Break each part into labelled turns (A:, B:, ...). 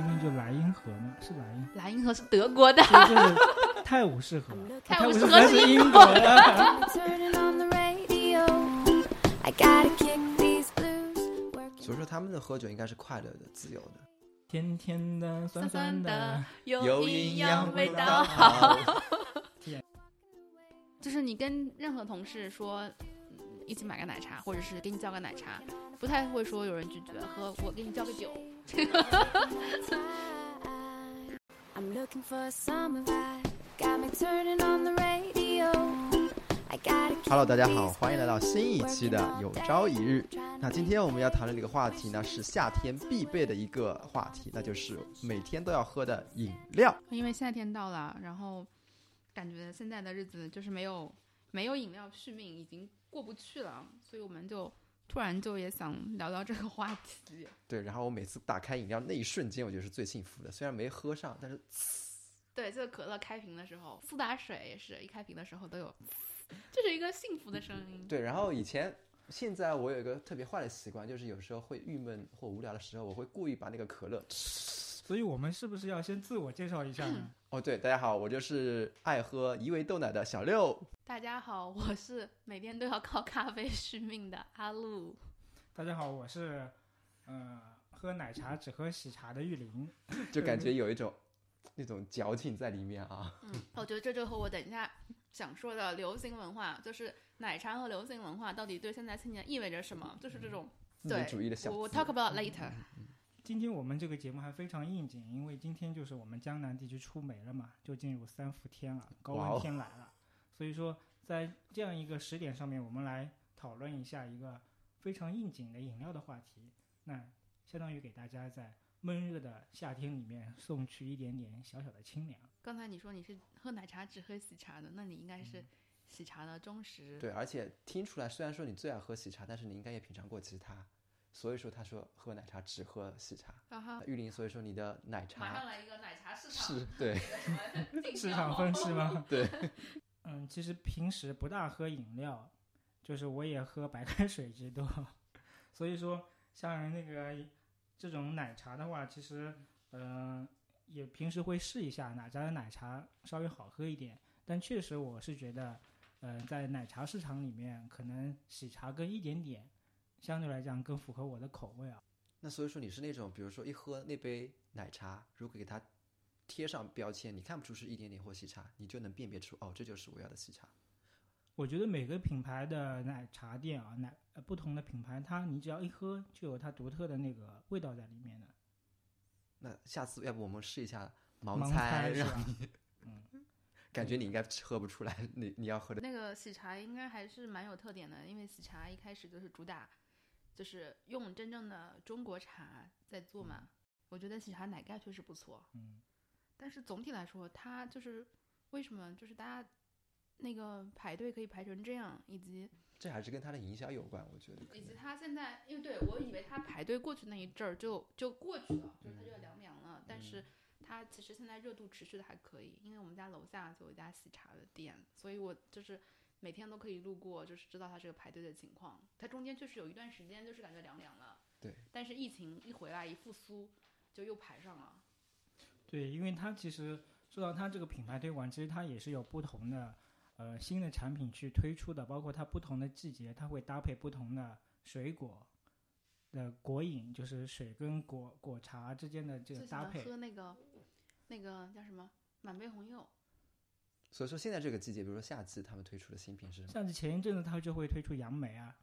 A: 因为就莱茵河嘛，是莱茵，
B: 莱茵河是德国的，
A: 所以就是泰晤士河，
B: 泰晤
A: 晤
B: 士
A: 士
B: 河
A: 河
B: 是
A: 是
B: 英
A: 英国的。
C: Turning on the radio. I gotta kick these blues.
D: 所以说他们的喝酒应该是快乐的、自由的，
A: 甜甜的， 酸酸的，，
B: 有营养味道
D: 道
B: 好。
D: 好。
B: 就是你跟任何同事说，嗯一起买个奶茶，或者是给你叫个奶茶，不太会说有人拒绝，和我给你叫个酒，
C: I'm looking for a summer vibe. Got me turning on the radio. I gotta kick
D: Hello，大家
C: these
D: 好，欢迎来到
C: blues.
D: 新一期的
C: Working
D: 有
C: all
D: 朝一日
C: day.。Trying to
D: 那今天我们要谈论这个话题呢，是夏天必备的一个话题，那就是每天都要喝的饮料。
B: 因为夏天到了，然后感觉现在的日子就是没有没有饮料续命，已经过不去了，所以我们就突然就也想聊聊这个话题。
D: 对，然后我每次打开饮料那一瞬间，我觉得是最幸福的。虽然没喝上，但是
B: 对，这个可乐开瓶的时候，苏打水也是一开瓶的时候都有， 这是一个幸福的声音。
D: 对。然后以前，现在我有一个特别坏的习惯，就是有时候会郁闷或无聊的时候，我会故意把那个可乐。
A: 所以我们是不是要先自我介绍一下呢？
D: 哦，对，大家好，我就是爱喝怡维豆奶的小六。
B: 大家好，我是每天都要靠咖啡续命的阿露。
A: 大家好，我是，呃，喝奶茶只喝喜茶的玉林。
D: 就感觉有一种那种矫情在里面啊。
B: 嗯，我觉得这就和我等一下想说的流行文化，就是奶茶和流行文化到底对现在青年意味着什么，就是这种。
D: 资
B: 对
D: 本嗯主义的小
B: 我我
D: 资嗯
B: talk about later。
A: 今天我们这个节目还非常应景，因为今天就是我们江南地区出梅了嘛，就进入三伏天了，高
D: 哇哦
A: 温天来了，所以说在这样一个时点上面，我们来讨论一下一个非常应景的饮料的话题，那相当于给大家在闷热的夏天里面送去一点点小小的清凉。
B: 刚才你说你是喝奶茶只喝喜茶的，那你应该是喜茶的忠实。
D: 嗯对，而且听出来，虽然说你最爱喝喜茶，但是你应该也品尝过其他。所以说，他说喝奶茶只喝喜茶。
B: 然后
D: 玉林，所以说你的奶
B: 啊马上
D: 茶
B: 来一个奶茶市场，
D: 是 对，
A: 市场分析吗？
D: 对。
A: 嗯，其实平时不大喝饮料，就是我也喝白开水居多， 所以说像那个这种奶茶的话，其实呃也平时会试一下哪家的奶茶稍微好喝一点，但确实我是觉得，呃，在奶茶市场里面，可能喜茶跟一点点相对来讲更符合我的口味啊。
D: 那所以说你是那种，比如说一喝那杯奶茶，如果给它贴上标签，你看不出是一点点或喜茶，你就能辨别出哦，这就是我要的喜茶。
A: 我觉得每个品牌的奶茶店啊，奶呃不同的品牌，它你只要一喝就有它独特的那个味道在里面的。
D: 那下次要不我们试一下
A: 盲
D: 盲猜，
A: 是
D: 让
A: 吧？
D: 感觉你应该喝不出来，你你要喝的
B: 那个喜茶应该还是蛮有特点的，因为喜茶一开始就是主打，就是用真正的中国茶在做嘛。我觉得喜茶奶盖确实不错，
A: 嗯，
B: 但是总体来说，它就是为什么就是大家那个排队可以排成这样，以及
D: 这还是跟它的营销有关，我觉得可
B: 以
D: 能。
B: 及它现在，因为对我以为它排队过去那一阵儿就就过去了，就是它
A: 嗯
B: 就要凉凉了，但是。它其实现在热度持续的还可以，因为我们家楼下就有一家喜茶的店，所以我就是每天都可以路过，就是知道它这个排队的情况。它中间就是有一段时间就是感觉凉凉了，
D: 对。
B: 但是疫情一回来一复苏，就又排上了。
A: 对，因为它其实说到它这个品牌推广，其实它也是有不同的呃新的产品去推出的，包括它不同的季节，它会搭配不同的水果的果饮，就是水跟果果茶之间的这个
B: 最喜
A: 搭
B: 欢
A: 配。
B: 喝那个那个叫什么满杯红柚，
D: 所以说现在这个季节，比如说夏季，他们推出的新品是什么？
A: 像是前一阵子它就会推出杨梅啊，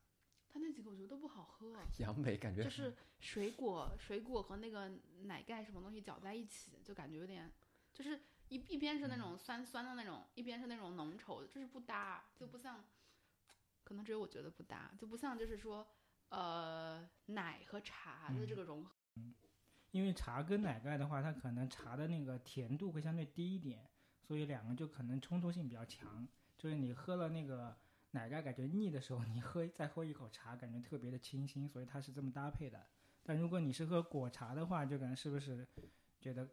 B: 它那几个我觉得都不好 喝，
D: 杨梅感觉
B: 就是水果水果和那个奶盖什么东西搅在一起，就感觉有点就是一一边是那种酸酸的那种，一边是那种浓稠的，就是不搭，就不像，可能只有我觉得不搭，就不像就是说呃奶和茶的这个融合。
A: 因为茶跟奶盖的话，它可能茶的那个甜度会相对低一点，所以两个就可能冲突性比较强。就是你喝了那个奶盖感觉腻的时候，你喝再喝一口茶，感觉特别的清新，所以它是这么搭配的。但如果你是喝果茶的话，就感觉是不是觉得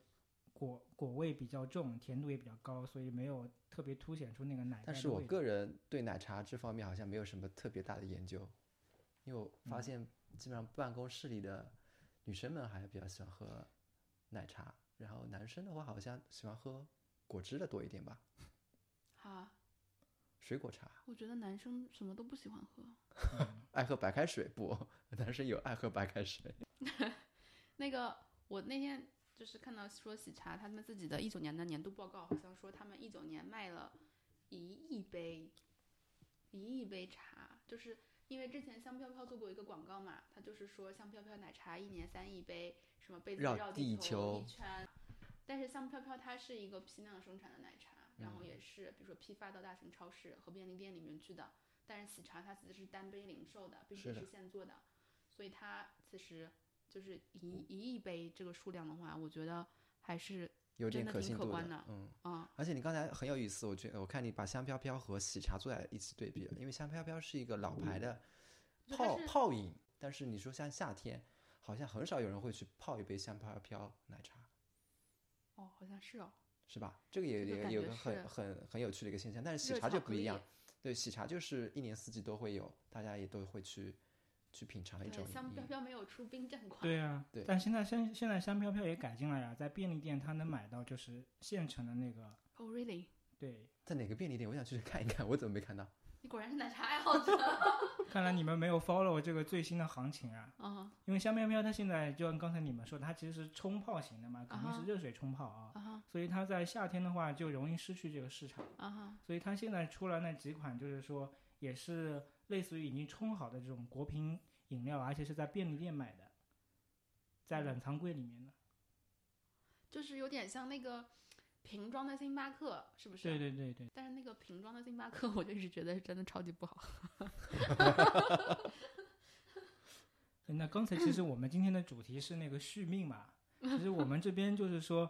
A: 果果味比较重，甜度也比较高，所以没有特别凸显出那个奶盖的味道。
D: 但是我个人对奶茶这方面好像没有什么特别大的研究，因为我发
A: 嗯
D: 现基本上办公室里的女生们还是比较喜欢喝奶茶，然后男生的话好像喜欢喝果汁的多一点吧，
B: 啊，
D: 水果茶，
B: 我觉得男生什么都不喜欢喝。
A: 嗯
D: 爱喝白开水不？ 男生有爱喝白开水，
B: 那个我那天就是看到说喜茶他们自己的一九年的年度报告，好像说他们一九年卖了一亿杯，一亿杯茶，就是因为之前香飘飘做过一个广告嘛，他就是说香飘飘奶茶一年三亿杯，什么杯子
D: 绕
B: 地
D: 地
B: 球
D: 球
B: 一圈，但是香飘飘它是一个批量生产的奶茶，然
D: 嗯
B: 后也是比如说批发到大型超市和便利店里面去的，但是喜茶它其实是单杯零售的，并且
D: 是的
B: 是现做的，所以它其实就是一一亿杯这个数量的话，我觉得还是
D: 有
B: 真
D: 点
B: 的
D: 可
B: 挺
D: 信
B: 可
D: 度
B: 观的
D: 嗯。
B: 啊、
D: 而且你刚才很有意思，我觉得我看你把香飘飘和喜茶做在一起对比了，因为香飘飘是一个老牌的
B: 就嗯它
D: 泡
B: 是
D: 泡饮，但是你说像夏天，好像很少有人会去泡一杯香飘飘奶茶，
B: 哦，好像是哦，
D: 是吧？这个也
B: 这个
D: 也
B: 感
D: 有
B: 觉
D: 个
B: 是
D: 很很很有趣的一个现象，但是喜
B: 热
D: 茶
B: 巧
D: 就不
B: 克
D: 一样
B: 力，
D: 对，喜茶就是一年四季都会有，大家也都会去去品尝的一种
B: 对，香
D: 饮
B: 飘飘没有出冰镇款，
A: 对啊，
D: 对
A: 但现在现现在香飘飘也改进了呀，在便利店它能买到就是现成的那个，
B: 哦、r e a l l y
A: 对，
D: 在哪个便利店？我想去看一看，我怎么没看到？
B: 你果然是奶茶爱 好者
A: 看来你们没有 follow 这个最新的行情啊，
B: 啊
A: 因为香飘飘它现在就像刚才你们说的，它其实是冲泡型的嘛，肯定
B: 啊哈
A: 是热水冲泡啊，
B: 啊哈
A: 所以它在夏天的话就容易失去这个市场，
B: 啊哈，
A: 所以它现在出了那几款，就是说也是类似于已经冲好的这种果品饮料，而且是在便利店买的，在冷藏柜里面的。
B: 就是有点像那个瓶装的星巴克，是不是？
A: 对对对对，
B: 但是那个瓶装的星巴克，我就是觉得是真的超级不好。
A: 那刚才其实我们今天的主题是那个续命嘛，其实我们这边就是说，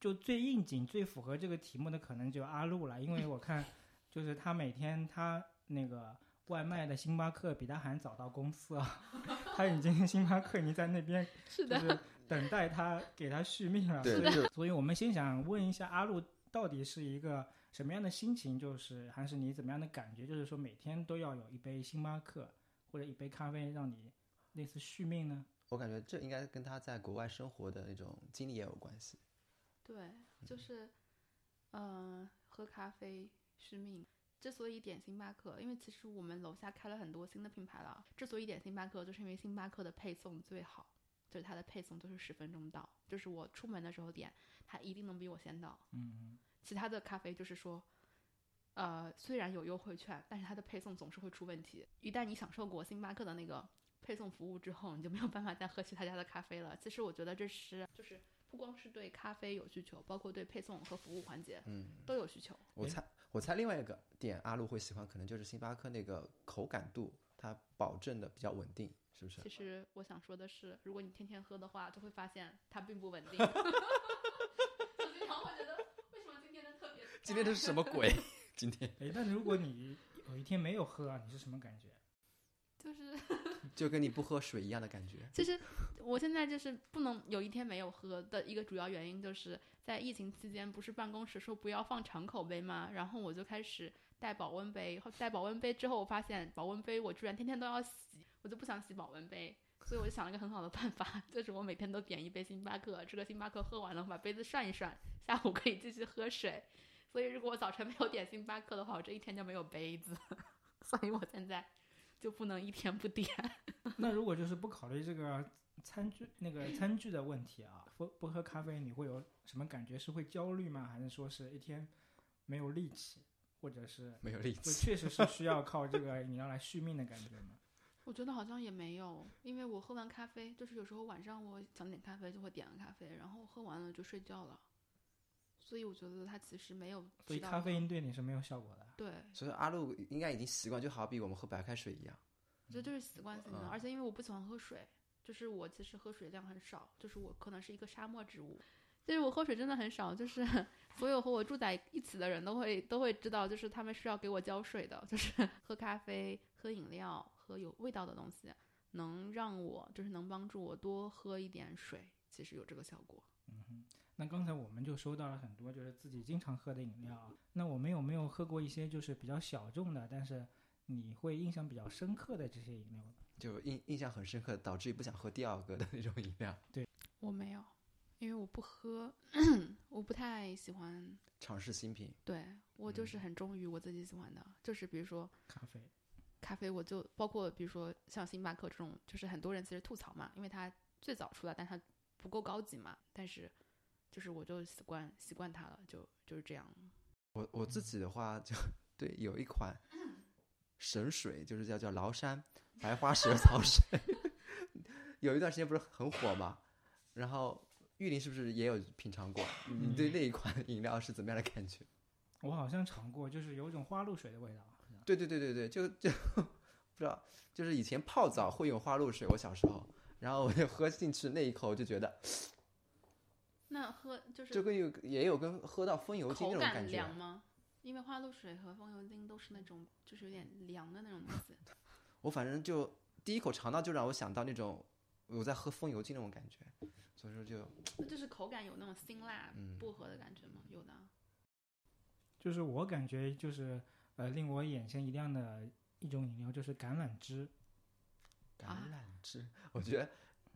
A: 就最应景、最符合这个题目的可能就阿路了，因为我看就是他每天他那个外卖的星巴克比他还早到公司啊， 他已经星巴克已经在那边
B: 是
A: 就
B: 的，
A: 是等待他给他续命啊了。所以
D: 就
A: 所以我们先想问一下阿路，到底是一个什么样的心情？就是还是你怎么样的感觉？就是说每天都要有一杯星巴克或者一杯咖啡，让你类似续命呢？
D: 我感觉这应该跟他在国外生活的那种经历也有关系。
B: 对，就是，嗯、喝咖啡续命。之所以点星巴克，因为其实我们楼下开了很多新的品牌了。之所以点星巴克，就是因为星巴克的配送最好，就是它的配送都是十分钟到，就是我出门的时候点，它一定能比我先到。
A: 嗯，
B: 其他的咖啡就是说，呃，虽然有优惠券，但是它的配送总是会出问题。一旦你享受过星巴克的那个配送服务之后，你就没有办法再喝其他家的咖啡了。其实我觉得这是就是不光是对咖啡有需求，包括对配送和服务环节
D: 嗯，
B: 都有需求。
D: 我
A: 诶
D: 猜，我猜另外一个点阿路会喜欢，可能就是星巴克那个口感度，它保证的比较稳定，是不是
B: 其？实我想说的是，如果你天天喝的话，就会发现它并不稳 定。我经常会觉得，为什么今天的特别？
D: 今天这是什么鬼？今天
A: 哎，但如果你有一天没有喝啊，你是什么感 觉？
B: 就是
D: 就跟你不喝水一样的感觉。
B: 其实我现在就是不能有一天没有喝的一个主要原因，就是在疫情期间，不是办公室说不要放长口杯吗？然后我就开始带保温杯，后带保温杯之后，我发现保温杯我居然天天都要洗，我就不想洗保温杯。所以我就想了一个很好的办法， 就是我每天都点一杯星巴克，这个星巴克喝完了，我把杯子涮一涮，下午可以继续喝水。所以如果我早晨没有点星巴克的话，我这一天就没有杯子。 所以我现在就不能一天不点。
A: 那如果就是不考虑这个餐具那个餐具的问题啊，不不喝咖啡，你会有什么感觉？是会焦虑吗？还是说是一天没有力气，或者是
D: 没有 力
A: 就
D: 气，
A: 确实是需要靠这个饮料来续命的感觉吗？
B: 我觉得好像也没有，因为我喝完咖啡，就是有时候晚上我想点咖啡就会点个咖啡，然后喝完了就睡觉了，所以我觉得它其实没有
A: 所以
B: 起到
A: 咖啡
B: 一个
A: 因对你是没有效果的。
B: 对，
D: 所以阿路应该已经习惯，就好比我们喝白开水一样。
B: 我觉得这是习惯性的，
D: 嗯
B: 而且因为我不喜欢喝水，就是我其实喝水量很少，就是我可能是一个沙漠植物，就是我喝水真的很少，就是 所有和我住在一起的人都会都会知道，就是他们是要给我浇水的，就是 喝咖啡、喝饮料、喝有味道的东西，能让我就是能帮助我多喝一点水，其实有这个效果。
A: 嗯哼，那刚才我们就收到了很多就是自己经常喝的饮料啊，那我们有没有喝过一些就是比较小众的，但是你会印象比较深刻的这些饮料呢？
D: 就印印象很深刻，导致于不想喝第二个的那种饮料。
B: 我没有，因为我不喝， 我不太喜欢。
D: 尝试新品，
B: 对我就是很忠于我自己喜欢的，就是比如说
A: 咖啡，
B: 咖啡，我就包括比如说像星巴克这种，就是很多人其实吐槽嘛，因为它最早出来，但它不够高级嘛。但是就是我就习惯习惯它了，就就是这样。
D: 我我自己的话就对，有一款神水，就是叫叫崂山白花蛇草水， 有一段时间不是很火嘛。然后玉林是不是也有品尝过？你
B: 嗯
D: 对那一款饮料是怎么样的感觉？
A: 我好像尝过，就是有一种花露水的味道，好像
D: 对对对对对，就就 不知道，就是以前泡澡会有花露水，我小时候，然后我就喝进去那一口，我就觉得
B: 那喝就是
D: 就跟有也有跟喝到风油精那
B: 口
D: 种
B: 感
D: 觉。
B: 凉吗？因为花露水和风油精都是那种就是有点凉的那种东西。
D: 我反正就第一口尝到就让我想到那种我在喝风油精那种感觉，所以说就
B: 那就是口感有那种辛辣
D: 嗯
B: 薄荷的感觉吗？有的啊。
A: 就是我感觉就是呃令我眼前一亮的一种饮料就是橄榄汁，
D: 橄
B: 啊
D: 榄枝。我觉得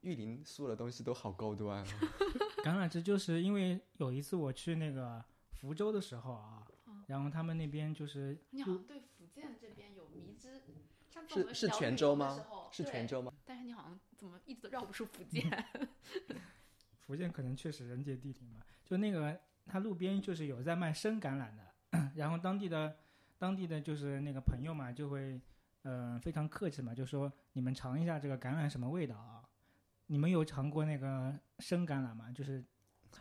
D: 玉林所有的东西都好高端、啊，
A: 橄榄枝就是因为有一次我去那个福州的时候啊
B: 嗯，
A: 然后他们那边就是
B: 你好像对福建这边有迷之，上次我
D: 嗯是
B: 们
D: 是
B: 聊
D: 泉
B: 旅
D: 州
B: 游的
D: 吗
B: 时候
D: 是
B: 对
D: 泉州吗？嗯
B: 但是你好像怎么一直都绕不出福建？
A: 福建可能确实人杰地灵吧，就那个他路边就是有在卖生橄榄的， 然后当地的当地的就是那个朋友嘛，就会嗯、呃非常客气嘛，就说你们尝一下这个橄榄什么味道啊？你们有尝过那个生橄榄吗？就是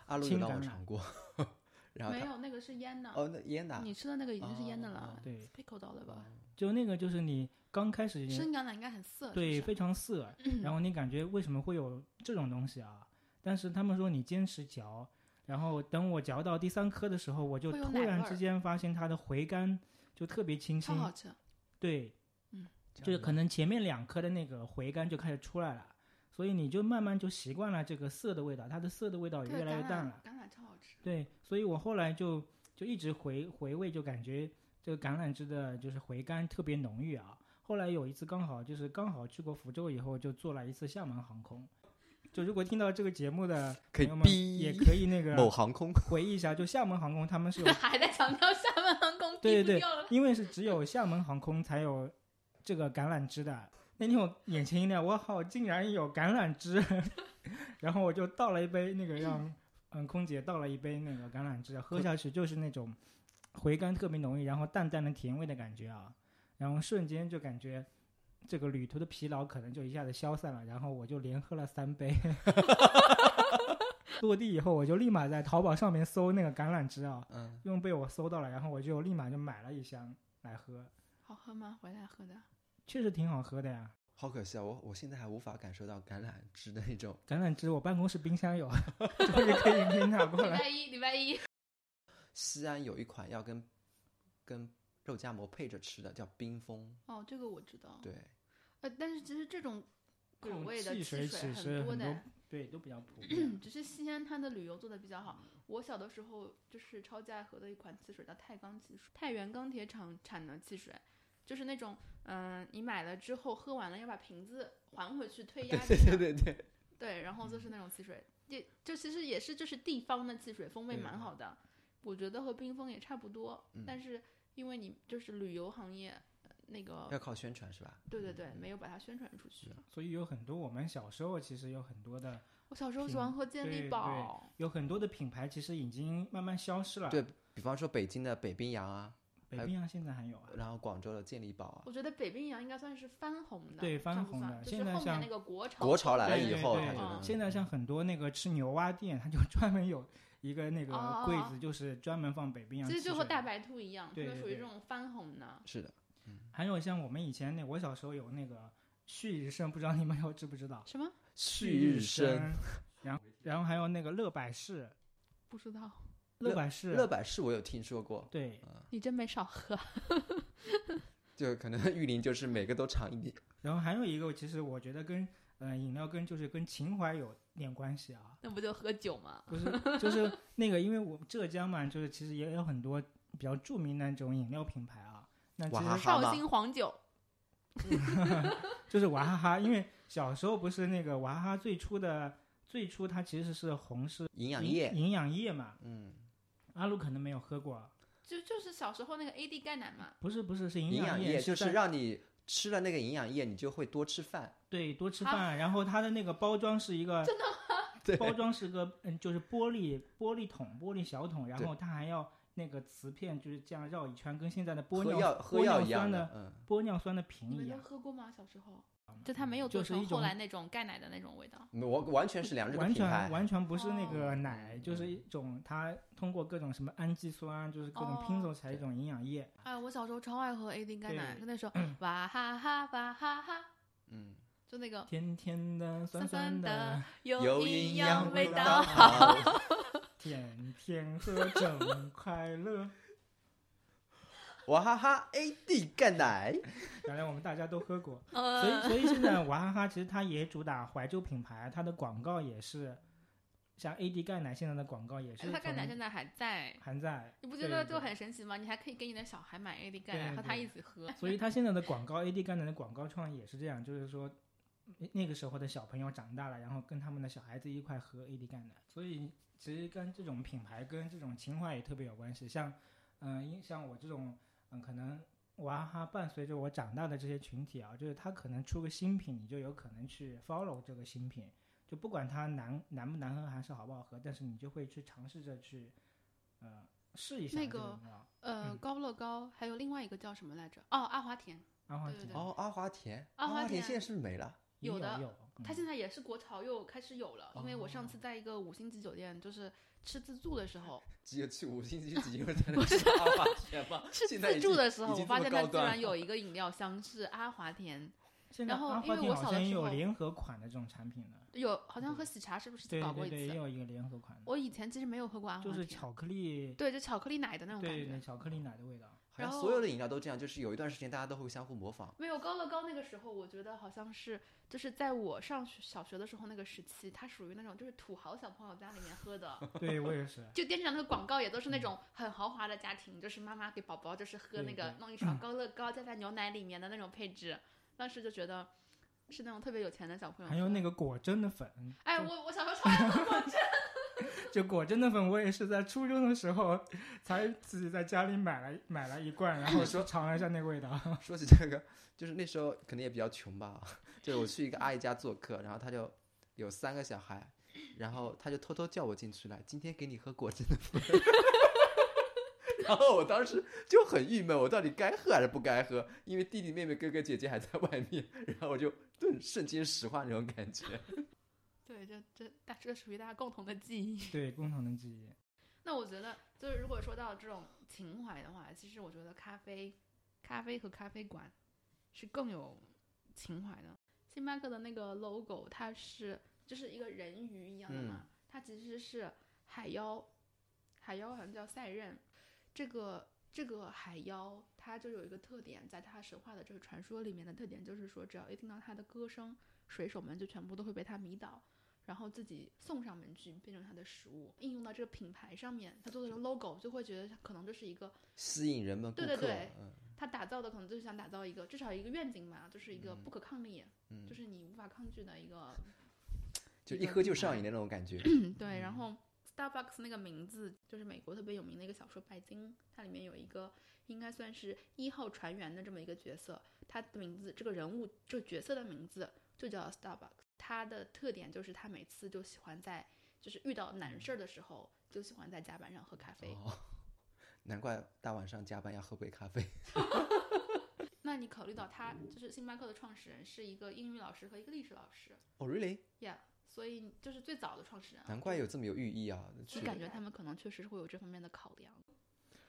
D: 阿鲁有
A: 青
D: 让我
A: 橄
D: 尝
A: 榄
D: 过， 然 后
B: 没
D: 他
B: 有，那个是腌的。
D: 哦那烟
A: 啊
D: 呐，
B: 你吃的那个已经是腌的了，
D: 哦
A: 对，
B: pickle 到了吧？
A: 就那个就是你刚开始
B: 生橄榄应该很涩，
A: 对
B: 是嗯不
A: 非
B: 是
A: 常涩，然后你感觉为什么会有这种东西啊？但是他们说你坚持嚼，然后等我嚼到第三颗的时候，我就
B: 会有
A: 突
B: 奶
A: 然
B: 味儿
A: 之间发现它的回甘就特别清
B: 超
A: 新，
B: 好吃。
A: 对，
D: 这
A: 就是
D: 样
A: 可
D: 的
A: 能前面两颗的那个回甘就开始出来了，所以你就慢慢就习惯了这个涩的味道，它的涩的味道也
B: 对，
A: 越来越淡
B: 橄
A: 了
B: 榄。橄榄超好吃。，
A: 对，所以我后来就就一直回回味，就感觉这个橄榄枝的就是回甘特别浓郁啊。后来有一次刚好就是刚好去过福州以后，就坐了一次厦门航空。就如果听到这个节目的朋
D: 可以
A: 友们， 也
D: 逼
A: 可以啊那个
D: 某航空，
A: 回忆一下，就厦门航空他们是有
B: 还在强调厦门航空
A: 对对
B: 低不
A: 对
B: 掉了。
A: 因为是只有厦门航空才有这个橄榄枝的。那天我眼前一亮，我好，竟然有橄榄枝， 然后我就倒了一杯那个让嗯空姐倒了一杯那个橄榄枝，喝下去就是那种回甘特别浓郁，然后淡淡的甜味的感觉啊，然后瞬间就感觉这个旅途的疲劳可能就一下子消散了，然后我就连喝了三杯。 落地以后，我就立马在淘宝上面搜那个橄榄枝啊，
D: 嗯，
A: 因为被我搜到了，然后我就立马就买了一箱来喝，
B: 好喝吗？回来 喝的。
A: 确实挺好喝的呀。
D: 好可惜啊，我我现在还无法感受到橄榄枝的那种。
A: 橄榄枝我办公室冰箱有， 终于 可以拎它过
B: 礼
A: 来。
B: 拜一，礼拜一，
D: 西安有一款要跟跟肉夹馍配着吃的，叫冰峰，
B: 哦，这个我知道。
D: 对，
B: 呃，但是其实这种
A: 这
B: 口
A: 种
B: 味的
A: 汽
B: 汽
A: 水其实
B: 很多
A: 很
B: 的
A: 多， 对，都比较普遍。
B: 只是西安它的旅游做的比较好。我小的时候就是抄家河的一款汽水叫太钢汽水，太原钢铁厂产的汽水，就是那种嗯、你买了之后喝完了要把瓶子还回去退押给
D: 对对
B: 他
D: 对对，
B: 对，然后就是那种汽水，也就其实也是就是地方的汽水，风味
D: 对
B: 蛮好的，我觉得和冰峰也差不多，但是因为你就是旅游行业。呃那
D: 要
B: 个
D: 靠宣传是吧？
B: 对对对，没有把它宣传出去。
A: 所以有很多我们小时候其实有很多的
B: 我小时候喜欢喝健
A: 对
B: 力
A: 对
B: 宝，
A: 有很多的品牌其实已经慢慢消失了。
D: 对比方说北京的北冰洋啊，
A: 北冰洋现在还有啊。
D: 然后广州的健力宝啊，
B: 我觉得北冰洋应该算是翻红的，
A: 对翻
B: 算不
A: 红
B: 算
A: 的
B: 就
A: 现
B: 是
A: 在
B: 后面
A: 像
B: 那个国潮
D: 国潮来了
A: 对
D: 以
A: 对
D: 后，
A: 对
D: 他觉
B: 嗯
D: 得
A: 现在像很多那个吃牛蛙店，它就 专门有一个那个
B: 哦
A: 柜
B: 哦
A: 子，就是专门放北冰洋
B: 其
A: 汽
B: 实
A: 水的。
B: 就和大白兔一样，他
A: 对
B: 们
A: 对
B: 属于
A: 对
B: 这种翻红的。
D: 是的，
A: 还有像我们以前那，我小时候有那个旭日升，不知道你们 有知不知道？
B: 什么？
D: 旭日升，，
A: 然后然后还有那个乐百氏，
B: 不知道，
A: 乐百
B: 啊
A: 氏，
D: 乐百氏我有听说过，
A: 对，
B: 你真没少喝。
D: 就可能玉林就是每个都尝一点，
A: 然后还有一个，其实我觉得跟呃，饮料跟就是跟情怀有点关系啊，
B: 那不就喝酒吗？
A: 不是 就是那个，因为我们浙江嘛，就是其实也有很多比较著名的那种饮料品牌啊，那其
D: 娃哈
A: 实
D: 哈吗
B: 绍兴黄酒，
A: 就是娃哈哈，因为小时候不是那个娃哈哈最初的最初它其实是红是
D: 营养
A: 营
D: 液，
A: 营养液嘛，
D: 嗯，
A: 阿鲁可能没有喝过，
B: 就就是小时候那个 AD 钙奶嘛，
A: 不是不是是
D: 营
A: 养
D: 液
A: 液
D: 就是
A: 在
D: 让你吃了那个营养液，你就会多吃饭。
A: 对多
B: 啊
A: 吃饭，然后它的那个包装是一个真的
D: 对
A: 包装是个嗯就是玻璃玻璃桶玻璃小桶，然
D: 对
A: 后它还要那个瓷片就是这样绕一圈，跟现在的玻
D: 喝
A: 尿
D: 药
A: 玻
D: 喝
A: 尿
D: 药一样
A: 酸
D: 的
A: 的，
D: 嗯，
A: 玻尿酸的瓶
B: 你们
A: 一
B: 都
A: 样，
B: 喝过吗？小时候，就它没有做
A: 就是
B: 成
A: 一
B: 后
A: 种
B: 来那种钙奶的那种味道。
D: 嗯我完全是两这个
A: 完
D: 品
A: 全
D: 牌，
A: 完全不是那
B: 哦
A: 个奶，就
D: 嗯
A: 是一种它通过各种什么氨基酸，啊就是各种
B: 哦
A: 拼凑起来一
D: 对
A: 种营养液。
B: 哎，我小时候超爱喝 AD 钙奶，
A: 对嗯
B: 就那时候 哇哈哈哇哈哈，
D: 嗯，
B: 就那个
A: 甜甜的、酸
B: 酸
A: 的，
B: 有
D: 营
B: 养
A: 味
B: 味
A: 道
B: 道。
D: 好。
A: 天天喝真快乐。
D: 娃哈哈哎 AD 钙奶，
A: 原来我们大家都喝过，所以
B: 呃，
A: 所以现在娃哈哈其实它也主打怀旧品牌，它的广告也是，像 AD 钙奶现在的广告也是
B: 哎它钙奶
A: 从
B: 现在还在，
A: 含在，
B: 你不觉得
A: 对
B: 就
A: 对
B: 很神奇吗？你还可以给你的小孩买 AD 钙
A: 对
B: 奶，和他
A: 对
B: 一起喝。
A: 所以它现在的广告 AD 钙奶的广告创意也是这样，就是说那那个时候的小朋友长大了，然后跟他们的小孩子一块喝 AD 钙奶，所以其实跟这种品牌跟这种情怀也特别有关系。像，嗯、因像我这种，嗯、可能娃哈哈伴随着我长大的这些群体啊，就是他可能出个新品，你就有可能去 follow 这个新品，就不管它难难不难喝，还是好不好喝，但是你就会去尝试着去，呃，试一下
B: 那
A: 这
B: 个
A: 饮料。
B: 呃，
A: 嗯
B: 高乐高还有另外一个叫什么来着？哦，阿华田，
A: 然后
B: 对对对
D: 哦，阿华田，
B: 阿
D: 阿
B: 华
D: 华
B: 田
D: 田现在是不是没了？
A: 也
B: 有
A: 有
B: 的
A: 有，
B: 它
A: 嗯
B: 现在也是国潮又开始有了。因为我上
D: 哦
B: 次在一个五星级酒店，就是吃自助的时 候，
D: 只有去五 星级酒店才能吃阿华田吗？
B: 吃
D: 现在
B: 自
D: 已
B: 助
D: 经
B: 的时
D: 已
B: 候，我
D: 经
B: 发
D: 这么
B: 现它
D: 高
B: 居
D: 端
B: 然
D: 了
B: 有一个饮料香是阿华田，
A: 现在
B: 然后
A: 阿
B: 因为
A: 华
B: 我
A: 田好
B: 小的
A: 像也
B: 时
A: 有
B: 候
A: 联合款的这种产品的，
B: 有好像和
A: 对
B: 喜茶是不是
A: 对
B: 搞
A: 对
B: 过一
A: 对，
B: 次
A: 也？有一个联合款的，
B: 我以前其实没有喝过阿华
A: 就
B: 田，
A: 是巧克力，
B: 对，就巧克力奶的那种感
A: 对那
B: 觉。
A: 巧克力奶的味道。
D: 好像
B: 然
D: 所有
B: 后
D: 的饮料都这样，就是有一段时间大家都会相互模仿。
B: 没有高乐高那个时候，我觉得好像是就是在我上学小学的时候那个时期，它属于那种就是土豪小朋友家里面 喝的，
A: 对我也是，
B: 就电视上那个广告也都是那种很豪华的家庭，就是妈妈给宝宝就是喝那
A: 嗯对
B: 个
A: 对嗯
B: 弄一勺高乐高加在牛奶里面的那种配置，当时就觉得是那种特别有钱的小朋友。
A: 还有那
B: 个，
A: 个果真的粉，
B: 哎，我我小时候超爱喝果汁，
A: 就果真的粉，我也是在初中的时候才自己在家里买了买了一罐，然后
D: 你说
A: 说 尝了一下那个味道。
D: 说起这个，就是那时候可能也比较穷吧，就是我去一个阿姨家做客，然后她就有三个小孩，然后她就偷偷叫我进去了，今天给你喝果汁的粉。 然后我当时就很郁闷，我到底该喝还是不该喝？因为弟弟、妹妹、哥哥、姐姐还在外面，然后我就顿瞬间石化那种感觉。
B: 对，这这大这属于大家共同的记忆。
A: 对，共同的记忆。
B: 那我觉得，就是如果说到这种情怀的话，其实我觉得咖啡、咖啡和咖啡馆是更有情怀的。星巴克的那个 logo，它是就是一个人鱼一样的嘛，它其实是海妖，海妖好像叫赛壬。这个这个海妖，它就有一个特点，在它神话的这个传说里面的特点就是说，只要一听到它的歌声，水手们就全部都会被它迷倒。然后自己送上门去，变成它的食物，应用到这个品牌上面，它做成 logo 就会觉得它可能这是一个，
D: 吸引人们顾
B: 对
D: 客。
B: 对对
D: 嗯
B: 它打造的可能就是想打造一个至少一个愿景吧，就是一个
D: 嗯
B: 不可抗力，
D: 嗯，
B: 就是你无法抗拒的一个，
D: 就
B: 一
D: 一
B: 个
D: 喝
B: 品
D: 就上
B: 牌
D: 瘾的那种感觉。
B: 嗯对。然后 Starbucks 那个名字就是美国特别有名的一个小说《拜金》，它里面有一个应该算是一号船员的这么一个角色，他的名字这个人物这个角色的名字就叫 Starbucks。他的特点就是他每次就喜欢在就是遇到难事儿的时候，就喜欢在甲板上喝咖啡。
D: 哦，难怪大晚上加班要喝杯咖啡。
B: 那你考虑到他就是星巴克的创始人是一个英语老师和一个历史老师
D: 哦、r e a l l y
B: ，Yeah，所以就是最早的创始人啊，
D: 难怪有这么有寓 意啊！
B: 就是感觉他们可能确实是会有这方面的考量。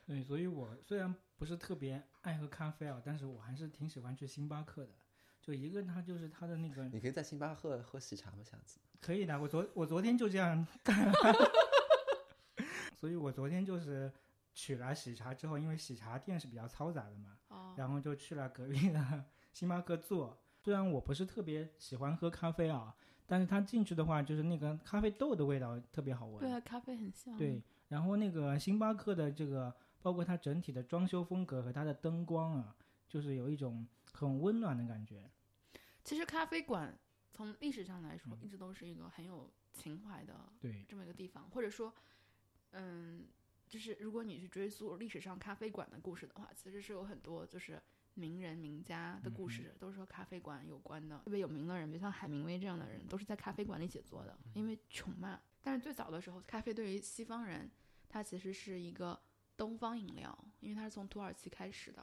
A: 对，所以我虽然不是特别爱喝咖啡啊，但是我还是挺喜欢去星巴克的。就一个，它就是它的那个
D: 你可以在星巴克喝喜茶吗？下次
A: 可以的，我昨我昨天就这样 干了，所以我昨天就是取了喜茶之后，因为喜茶店是比较嘈杂的嘛，
B: 哦，
A: 然后就去了隔壁的星巴克坐。虽然我不是特别喜欢喝咖啡啊，但是它进去的话，就是那个咖啡豆的味道特别好闻。
B: 对啊，咖啡很香。
A: 对，然后那个星巴克的这个，包括它整体的装修风格和它的灯光啊，就是有一种很温暖的感觉。
B: 其实咖啡馆从历史上来说，一直都是一个很有情怀的
A: 对，
B: 这么一个地方，或者说，嗯，就是如果你去追溯历史上咖啡馆的故事的话，其实是有很多就是名人名家的故事，都是和咖啡馆有关的。特别有名的人，比如像海明威这样的人，都是在咖啡馆里写作的，因为穷嘛。但是最早的时候，咖啡对于西方人，它其实是一个东方饮料，因为它是从土耳其开始的，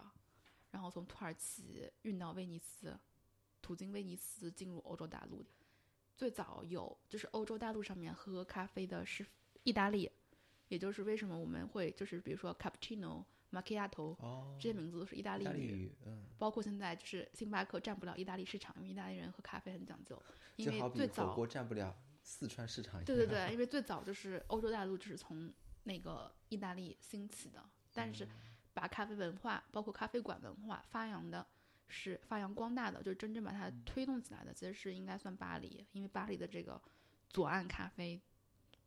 B: 然后从土耳其运到威尼斯，途经威尼斯进入欧洲大陆。最早有就是欧洲大陆上面喝咖啡的是意大利，也就是为什么我们会就是比如说 cappuccino、macchiato
D: 哦，
B: 这些名字都是意大
D: 意
B: 利
D: 大利
B: 语，
D: 语，嗯，
B: 包括现在就是星巴克占不了意大利市场，因为意大利人喝咖啡很讲究，因
D: 就好
B: 为
D: 比
B: 最
D: 火
B: 早
D: 锅占不了四川市场一样。
B: 对对对，因为最早就是欧洲大陆就是从那个意大利兴起的，但
D: 嗯
B: 是把咖啡文化，包括咖啡馆文化发扬的是发扬光大的，就是真正把
D: 嗯
B: 它推动起来的，其实是应该算巴黎，因为巴黎的这个左岸咖啡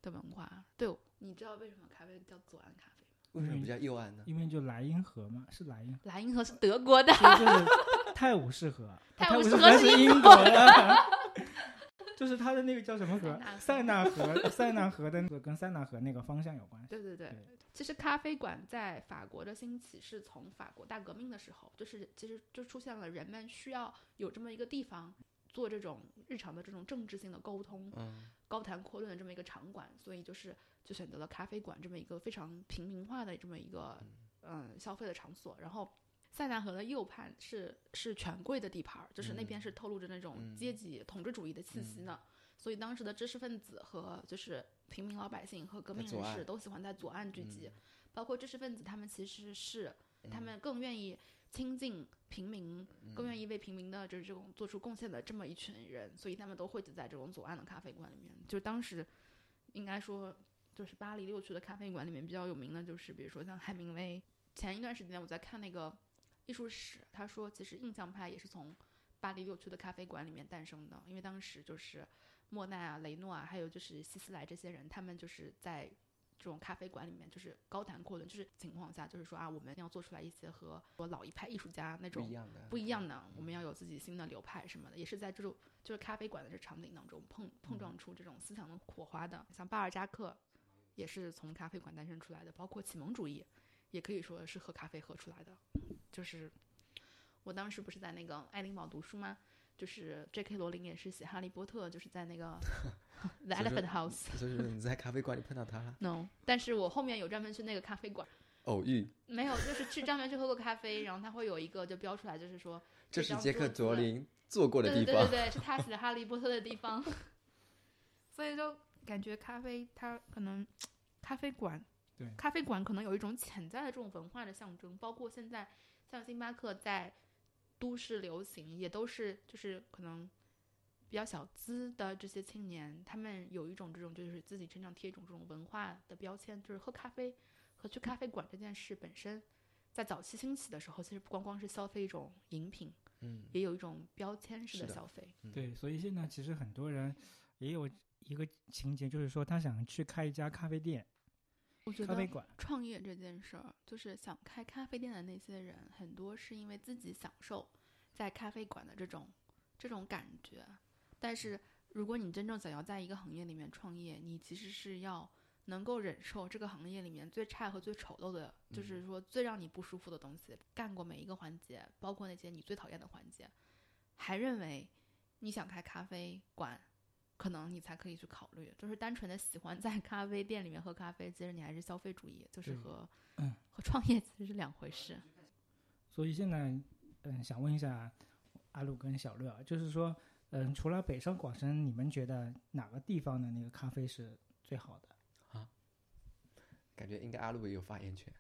B: 的文化。对，你知道为什么咖啡叫左岸咖啡吗？
D: 为什么
A: 嗯
D: 不叫右岸呢？
A: 因为就莱茵河嘛，是莱茵河，
B: 莱茵河是德国的，
A: 其实就是泰晤士 河，啊
B: 泰
A: 泰
B: 晤
A: 晤
B: 士
A: 士
B: 河是
A: 是
B: 英
A: 英国的， 就是它的那个叫什么河？塞
B: 塞
A: 纳河，塞纳河的那个跟塞纳河那个方向有关系。
B: 对对对
A: 对，
B: 其实咖啡馆在法国的兴起是从法国大革命的时候，就是其实就出现了人们需要有这么一个地方做这种日常的这种政治性的沟通、
D: 嗯，
B: 高谈阔论的这么一个场馆，所以就是就选择了咖啡馆这么一个非常平民化的这么一个嗯消费的场所。然后塞纳河的右畔是是权贵的地盘儿，就是那边是透露着那种
D: 嗯
B: 阶级统治主义的气息呢。所以当时的知识分子和就是平民老百姓和革
D: 在
B: 命
D: 左
B: 人士
D: 岸
B: 都喜欢在左岸聚集，包括知识分子，他们其实是他
D: 嗯
B: 们更愿意亲近平民，更愿
D: 意
B: 意为平民的就是这种做出贡献的这么一群人，所以他们都汇集在这种左岸的咖啡馆里面。就当时应该说，就是巴黎六区的咖啡馆里面比较有名的，就是比如说像海明威。前一段时间我在看那个艺术史，他说其实印象派也是从巴黎六区的咖啡馆里面诞生的，因为当时就是莫奈啊、雷诺啊，还有就是希斯莱这些人，他们就是在这种咖啡馆里面就是高谈阔论，就是情况下就是说啊，我们要做出来一些和和老一派艺术家那
D: 不一
B: 种
D: 样的，
B: 不一样的，我们要有自己新的流派什么的，也是在这种就是咖啡馆的这场景当中碰碰撞出这种思想的火花的。像巴尔扎克也是从咖啡馆诞生出来的，包括启蒙主义，也可以说是喝咖啡喝出来的。就是我当时不是在那个爱丁堡读书吗？就是 J.K. 罗琳也是写《哈利波特》，就是在那 个 The
D: 所以说
B: Elephant House。
D: 所以说你在咖啡馆里碰到他了，
B: no，但是我后面有专门去那个咖啡馆，
D: 偶遇，
B: 没有，就是去专门去喝过咖啡，然后他会有一个就标出来，就是说
D: 这是
B: 张啊
D: 杰
B: 桌
D: 克·
B: 子
D: 卓林坐过的
B: 对
D: 地
B: 对对
D: 方。
B: 对对，是他写的《哈利波特》的地方。 所以就感觉咖啡，它可能咖啡馆，
A: 对
B: 咖啡馆可能有一种潜在的这种文化的象征，包括现在像星巴克在都市流行，也都是就是可能比较小资的这些青年，他们有一种这种就是自己身上贴一种这种文化的标签，就是喝咖啡和去咖啡馆这件事本身。在早期兴起的时候，其实不光光是消费一种饮品，
D: 嗯，
B: 也有一种标签式
D: 是
B: 的
D: 的
B: 消费。
A: 对，所以现在其实很多人也有一个情节，就是说他想去开一家咖啡店、
B: 我觉
A: 咖啡
B: 得
A: 馆。
B: 创业这件事儿，就是想开咖啡店的那些人，很多是因为自己享受在咖啡馆的这种这种感觉。但是，如果你真正想要在一个行业里面创业，你其实是要能够忍受这个行业里面最差和最丑陋的，就是说最让你不舒服的东西，干过每一个环节，包括那些你最讨厌的环节，还认为你想开咖啡馆，可能你才可以去考虑。就是单纯的喜欢在咖啡店里面喝咖啡，其实你还是消费主义，就是
A: 对
B: 和、
A: 嗯
B: 和创业其实是两回事。
A: 所以现在，嗯，想问一下阿鲁跟小乐啊，就是说，嗯，除了北上广深，你们觉得哪个地方的那个咖啡是最好的？
D: 感觉应该阿路也有发言权。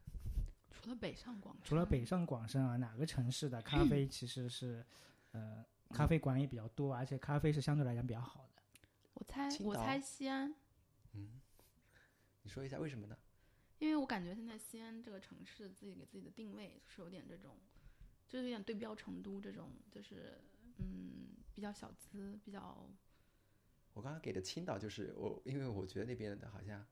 B: 除了北上广深，
A: 除了北上广深啊，哪个城市的咖啡其实是，呃，咖啡馆也比较多，而且咖啡是相对来讲比较好的。
B: 我猜
D: 青
B: 我
D: 岛
B: 猜西安，
D: 嗯，你说一下为什么呢？
B: 因为我感觉现在西安这个城市自己给自己的定位是有点这种，就是有点对标成都这种，就是嗯比较小资，比较
D: 我刚刚给的青岛就是我，因为我觉得那边的好像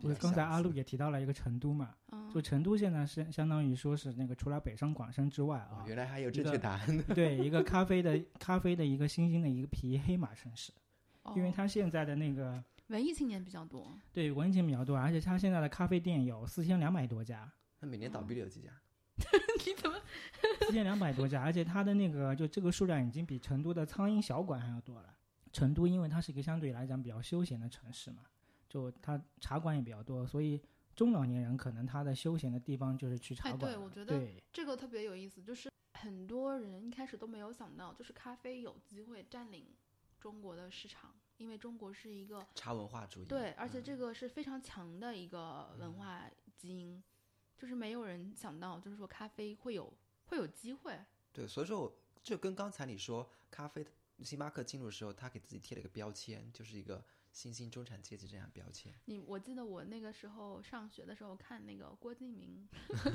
D: 比
A: 我
D: 较
A: 刚才
D: 相
A: 阿路
D: 似
A: 也提到了一个成都嘛，
B: 嗯
A: 就成都现在是相当于说是那个除了北上广深之外
D: 哦
A: 啊，
D: 原来还有
A: 一
D: 正
A: 个
D: 确答案的。
A: 对一个咖啡的咖啡的一个新兴的一个皮黑马城市，因为
B: 哦
A: 它现在的那个
B: 文艺青年比较多，
A: 对文青比较多，而且它现在的咖啡店有四千两百多家，
D: 那每年倒闭的有几家？
B: 啊你怎么
A: 四千两百多家，而且它的那个就这个数量已经比成都的苍蝇小馆还要多了。成都因为它是一个相对来讲比较休闲的城市嘛，就它茶馆也比较多，所以中老年人可能他的休闲的地方就是去茶
B: 哎
A: 馆了。
B: 对我觉得
A: 对
B: 这个特别有意思，就是很多人一开始都没有想到，就是咖啡有机会占领中国的市场，因为中国是一个
D: 茶文化主义。
B: 对，而且
D: 嗯
B: 这个是非常强的一个文化基因，就是没有人想到，就是说咖啡会有会有机会，
D: 对，所以说我就跟刚才你说咖啡，星巴克进入的时候，他给自己贴了一个标签，就是一个新兴中产阶级这样的标签。
B: 你我记得我那个时候上学的时候看那个郭敬明，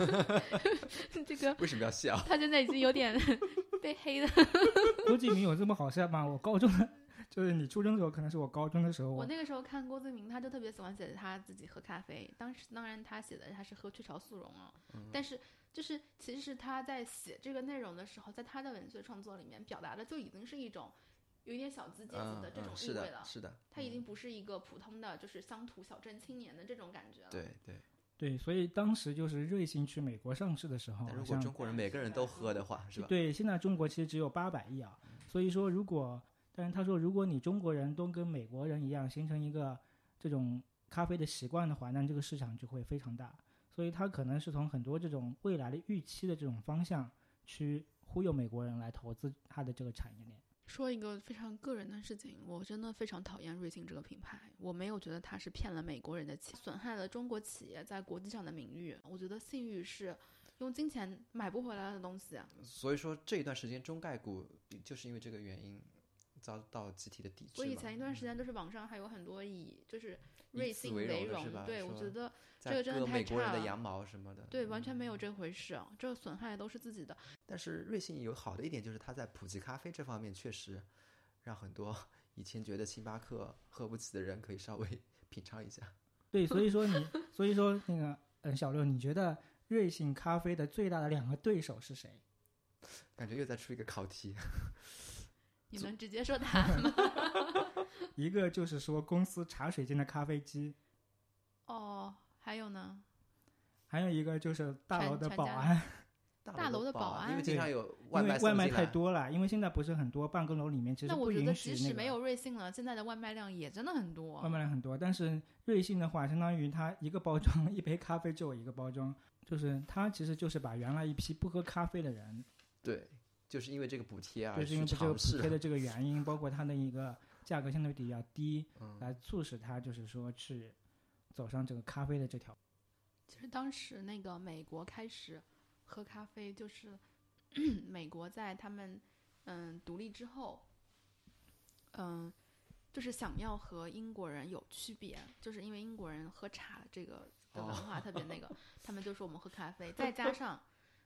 B: 这个
D: 为什么要笑？
B: 他现在已经有点被黑的。
A: 郭敬明有这么好笑吗？我高中的，就是你初中的时候，可能是我高中的时候，
B: 我那个时候看郭敬明，他就特别喜欢写他自己喝咖啡。当时当然他写的他是喝雀巢速溶啊， 但是就是其实是他在写这个内容的时候，在他的文学创作里面表达的就已经是一种有一点小资阶级
D: 嗯
B: 的这种
D: 嗯，是
B: 意味了。
D: 的，是的，
B: 他已
D: 嗯
B: 经不是一个普通的就是乡土小镇青年的这种感觉了。
D: 对对。
A: 对，所以当时就是瑞幸去美国上市的时候，好
D: 但如果
A: 像
D: 中国人每个人都喝的话，是吧？嗯
A: 对，现在中国其实只有八百亿啊，所以说如果，但是他说如果你中国人都跟美国人一样形成一个这种咖啡的习惯的话，那这个市场就会非常大，所以他可能是从很多这种未来的预期的这种方向去忽悠美国人来投资他的这个产业链。
B: 说一个非常个人的事情，我真的非常讨厌瑞幸这个品牌，我没有觉得它是骗了美国人的钱，损害了中国企业在国际上的名誉。我觉得信誉是用金钱买不回来的东西。啊
D: 所以说这一段时间中概股就是因为这个原因遭到集体的抵制
B: 所
D: 嘛。
B: 以前一段时
D: 嗯
B: 间就是网上还有很多以就是
D: 以
B: 瑞
D: 此
B: 幸
D: 为
B: 为
D: 荣的是
B: 荣
D: 吧，
B: 对我
D: 说
B: 觉得
D: 在
B: 这个真的
D: 割
B: 太
D: 美国人
B: 差
D: 的
B: 了
D: 羊毛什么的。
B: 对完全没有
D: 嗯
B: 这回事啊，这损害都是自己的。
D: 但是瑞幸有好的一点就是它在普及咖啡这方面确实让很多 以前觉得星巴克喝不起的人可以稍微 品尝一下。
A: 对，所以说 你，所以说那个，嗯，小六，你觉得瑞幸咖啡的最大的两个对手是谁？
D: 感觉又在出一个考题，
B: 你能直接说答案吗？
A: 一个就是说公司茶水间的咖啡机，
B: 哦，还有呢？
A: 还有一个就是大楼
B: 全
A: 的
B: 全
A: 保
B: 家
A: 安，
D: 大
B: 大楼
D: 的
B: 的保
D: 安，因为
B: 安
D: 经
A: 对
D: 常有
A: 因为
D: 卖
A: 外
D: 外
A: 卖太，多了，因为现在不是很多办公楼里面其实
B: 那我
A: 不
B: 觉
A: 允
B: 得
A: 许
B: 即
A: 那
B: 使
A: 个嗯
B: 没有瑞幸了，现在的外卖量也真的很多。啊
A: 外卖量很多，但是瑞幸的话，相当于它一个包装 一杯咖啡就有一个包装，就是它其实就是把原来一批不喝咖啡的人，
D: 对，就是因为这个补贴而
A: 就是因
D: 啊去
A: 为这个
D: 尝
A: 补
D: 试
A: 贴的
D: 了。
A: 这个原因，包括它的一个价格相对比较低，
D: 嗯，
A: 来促使它就是说去走上这个咖啡的这条。
B: 其实当时那个美国开始喝咖啡，就是 美国在他们嗯独立之后，嗯，就是想要和英国人有区别，就是因为英国人喝茶这个的文化特别那个，他们就说我们喝咖啡，再加上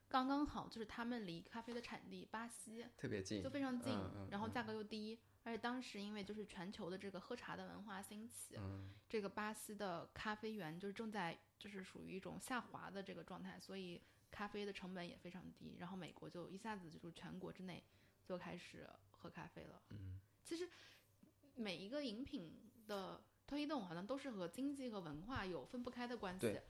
B: 刚刚好就是他们离咖啡的产地巴西
D: 特别近
B: 就，非常近，
D: 嗯嗯
B: 然后
D: 嗯
B: 价格又低，而且当时因为就是全球的这个喝茶的文化兴起，
D: 嗯，
B: 这个巴西的咖啡园就是正在就是属于一种下滑的这个状态，所以咖啡的成本也非常低。然后美国就一下子就是全国之内就开始喝咖啡了。
D: 嗯，
B: 其实每一个饮品的推动好像都是和经济和文化有分不开的关系
D: 对，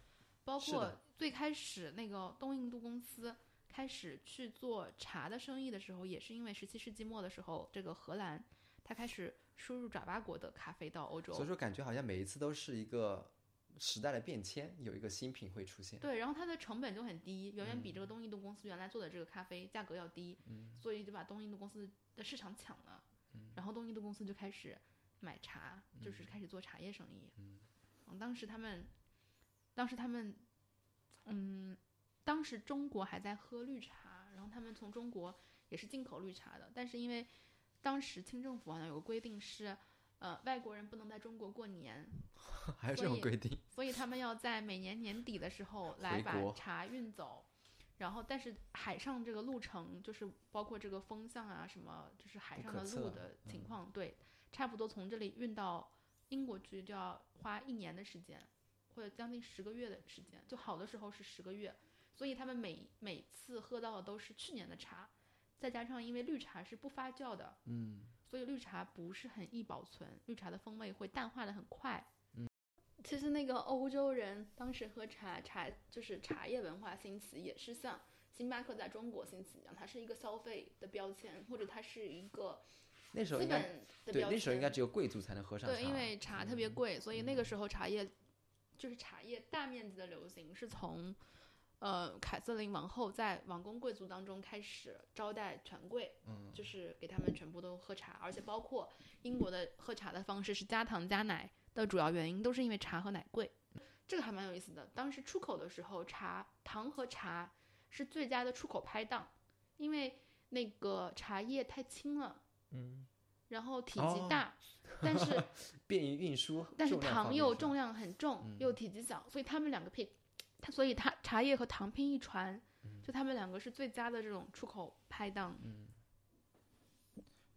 B: 包
D: 是
B: 括
D: 的
B: 最开始那个东印度公司。开始去做茶的生意的时候，也是因为十七世纪末的时候，这个荷兰它开始输入爪哇国的咖啡到欧洲，
D: 所以说感觉好像每一次都是一个时代的变迁，有一个新品会出现。
B: 对，然后它的成本就很低，远远比这个东印度公司原来做的这个咖啡价格要低，
D: 嗯
B: 所以就把东印度公司的市场抢了，
D: 嗯
B: 然后东印度公司就开始买茶，就是开始做茶叶生意。
D: 嗯
B: 嗯，当时他们，当时他们，嗯，当时中国还在喝绿茶，然后他们从中国也是进口绿茶的，但是因为当时清政府好像有个规定是，呃，外国人不能在中国过年，
D: 还有这
B: 所
D: 种
B: 以
D: 规定，
B: 所以他们要在每年年底的时候来
D: 回
B: 把
D: 国
B: 茶运走。然后，但是海上这个路程，就是包括这个风向啊，什么，就是海
D: 不
B: 上
D: 可
B: 的
D: 测嗯
B: 路的情况，对，差不多从这里运到英国去就要花一年的时间，或者将近十个月的时间，就好的时候是十个月。所以他们每每次喝到的都是去年的茶，再加上因为绿茶是不发酵的，
D: 嗯，
B: 所以绿茶不是很易保存，绿茶的风味会淡化的很快。
E: 其实那个欧洲人当时喝茶，茶就是茶叶文化兴起，也是像星巴克在中国兴起一样，它是一个消费的标签，或者它是一个
D: 那时候
E: 资
D: 应该
E: 本的
D: 对
E: 标签。
D: 那时候应该只有贵族才能喝上茶，嗯
B: 对，因为茶特别贵，所以那个时候茶叶就是茶叶大面积的流行是从呃凯瑟琳王后在王公贵族当中开始招待权贵，
D: 嗯
B: 就是给他们全部都喝茶，而且包括英国的喝茶的方式是加糖加奶的主要原因，都是因为茶和奶贵。这个还蛮有意思的。当时出口的时候，茶糖和茶是最佳的出口拍档，因为那个茶叶太轻了，
D: 嗯，
B: 然后体
D: 哦
B: 积大，但 是
D: 便于运输，
B: 但是
D: 重量方
B: 糖
D: 面
B: 又
D: 是
B: 重量很重，
D: 嗯
B: 又体积小，所以他们两个配，它所以它茶叶和糖拼一传，就他们两个是最佳的这种出口拍档。
D: 嗯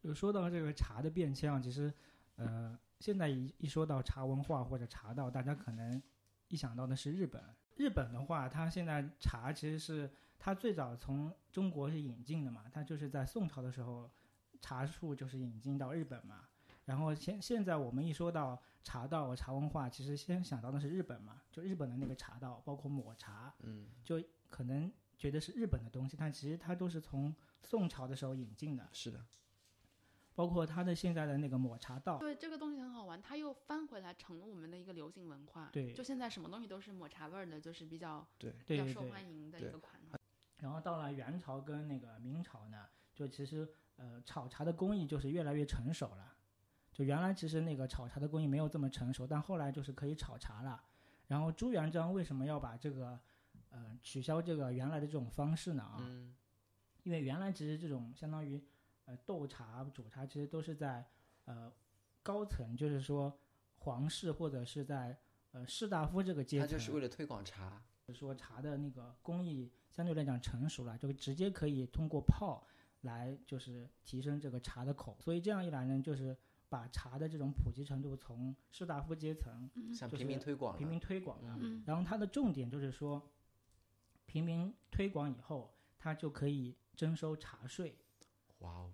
A: 有说到这个茶的变迁啊，其实，呃，现在一一说到茶文化或者茶道，大家可能一想到的是日本。日本的话，它现在茶其实是它最早从中国是引进的嘛，它就是在宋朝的时候，茶树就是引进到日本嘛。然后现现在我们一说到茶道、茶文化，其实先想到的是日本嘛，就日本的那个茶道，包括抹茶，
D: 嗯
A: 就可能觉得是日本的东西，但其实它都是从宋朝的时候引进的。
D: 是的，
A: 包括它的现在的那个抹茶道，
B: 对，这个东西很好玩，它又翻回来成了我们的一个流行文化。
A: 对
B: 就现在什么东西都是抹茶味儿的，就是比较
D: 对
B: 比
A: 对
B: 较
A: 对
B: 受
A: 对。
B: 欢迎的一
D: 对
B: 个款。
A: 然后到了元朝跟那个明朝呢，就其实呃炒茶的工艺就是越来越成熟了。就原来其实那个炒茶的工艺没有这么成熟，但后来就是可以炒茶了。然后朱元璋为什么要把这个呃取消这个原来的这种方式呢？啊，
D: 嗯
A: 因为原来其实这种相当于呃斗茶、煮茶，其实都是在呃高层，就是说皇室或者是在呃士大夫这个阶
D: 他
A: 层，
D: 就是为了推广茶，
A: 说茶的那个工艺相对来讲成熟了，就直接可以通过泡来就是提升这个茶的口，所以这样一来呢，就是把茶的这种普及程度从士大夫阶层
B: 嗯
D: 向
A: 就
D: 平民
A: 是
D: 推广
A: 平
D: 了
A: 民推广了。
B: 嗯，
A: 然后它的重点就是说，平民推广以后，它就可以征收茶税。
D: 哇哦，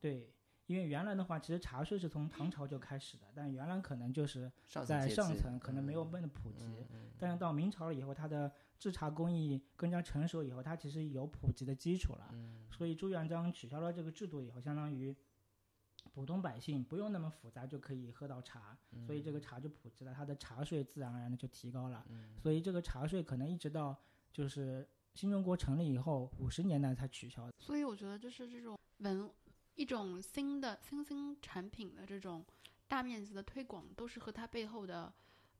A: 对，因为原来的话，其实茶税是从唐朝就开始的，但原来可能就是
D: 上层
A: 在
D: 阶
A: 上
D: 级
A: 层可能没有
D: 嗯
A: 那么普及。
D: 嗯嗯
A: 但是到明朝了以后，它的制茶工艺更加成熟以后，它其实有普及的基础
D: 嗯
A: 了。所以朱元璋取消了这个制度以后，相当于普通百姓不用那么复杂就可以喝到茶，
D: 嗯
A: 所以这个茶就普及了，它的茶税自然而然的就提高了。
D: 嗯
A: 所以这个茶税可能一直到就是新中国成立以后五十年代才取消的。
B: 所以我觉得就是这种文一种新的新兴产品的这种大面积的推广，都是和它背后的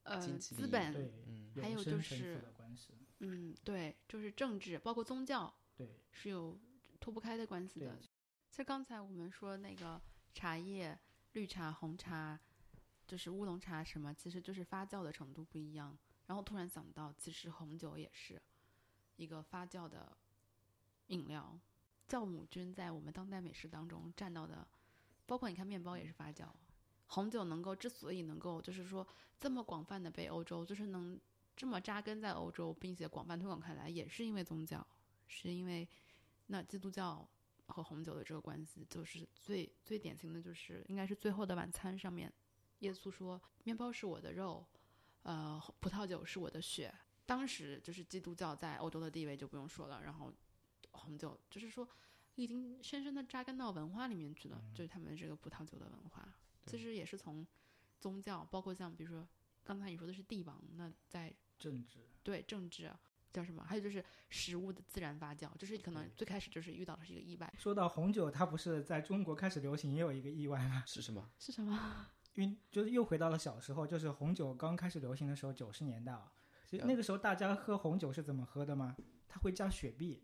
B: 呃
D: 经济
B: 资
D: 利益
B: 本，
A: 对，
D: 嗯
B: 还
A: 有
B: 有
A: 深
B: 就
A: 层次
B: 是
A: 的关系。
B: 嗯，对，就是政治，包括宗教
A: 对
B: 是有脱不开的关系
A: 对
B: 的。其实刚才我们说那个茶叶，绿茶、红茶，就是乌龙茶什么，其实就是发酵的程度不一样。然后突然想到，其实红酒也是一个发酵的饮料。酵母菌在我们当代美食当中占到的，包括你看面包也是发酵。啊红酒能够之所以能够就是说这么广泛的被欧洲，就是能这么扎根在欧洲，并且广泛推广开来，也是因为宗教，是因为那基督教和红酒的这个关系，就是最最典型的就是应该是《最后的晚餐》上面，耶稣说：“面包是我的肉，呃，葡萄酒是我的血。”当时就是基督教在欧洲的地位就不用说了，然后红酒就是说已经深深的扎根到文化里面去了，就是他们这个葡萄酒的文化，其实也是从宗教，包括像比如说刚才你说的是帝王，那在
A: 政治。
B: 对政治叫什么？还有就是食物的自然发酵，就是可
A: 嗯
B: 能最开始就是遇到的是一个意外，
A: 说到红酒，它不是在中国开始流行，也有一个意外吗？
D: 是什么？
B: 是什么？
A: 因为就是又回到了小时候，就是红酒刚开始流行的时候，九十年代啊，其实那个时候大家喝红酒是怎么喝的吗？它会加雪碧，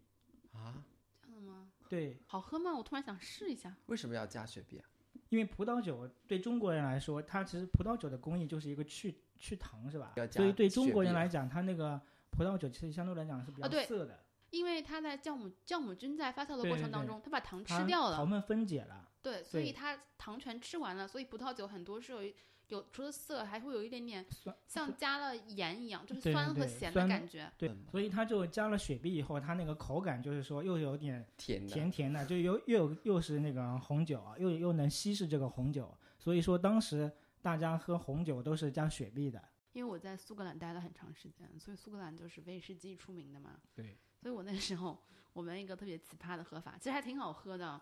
D: 啊？
B: 这样的吗？
A: 对，
B: 好喝吗？我突然想试一下。
D: 为什么要加雪碧啊？
A: 因为葡萄酒对中国人来说，它其实葡萄酒的工艺就是一个去去糖是吧
D: 要？加
A: 所以对
D: 雪
A: 中
D: 碧
A: 国人
D: 啊
A: 来讲，它那个葡萄酒其实相对来讲是比
B: 啊
A: 较
B: 对
A: 涩的，
B: 因为他在酵母酵母菌在发酵的
A: 对
B: 过
A: 对
B: 程当
A: 对
B: 中，他把糖吃
A: 它
B: 掉了
A: 糖，分分解了，
B: 对，所
A: 对
B: 以它糖全吃完了，所以葡萄酒很多是有一有除了涩，还会有一点点
A: 酸
B: 像加了盐一样，就是
A: 对对
B: 酸和
A: 对
B: 咸的
A: 酸
B: 感觉。
A: 对
D: 嗯，
A: 所以它就加了雪碧以后，它那个口感就是说又有点
D: 甜的，
A: 甜甜的，就又又有又是那个红酒啊，又又能稀释这个红酒，所以说当时大家喝红酒都是加雪碧的。
B: 因为我在苏格兰待了很长时间，所以苏格兰就是威士忌出名的嘛。
A: 对，
B: 所以我那时候我们一个特别奇葩的喝法，其实还挺好喝的，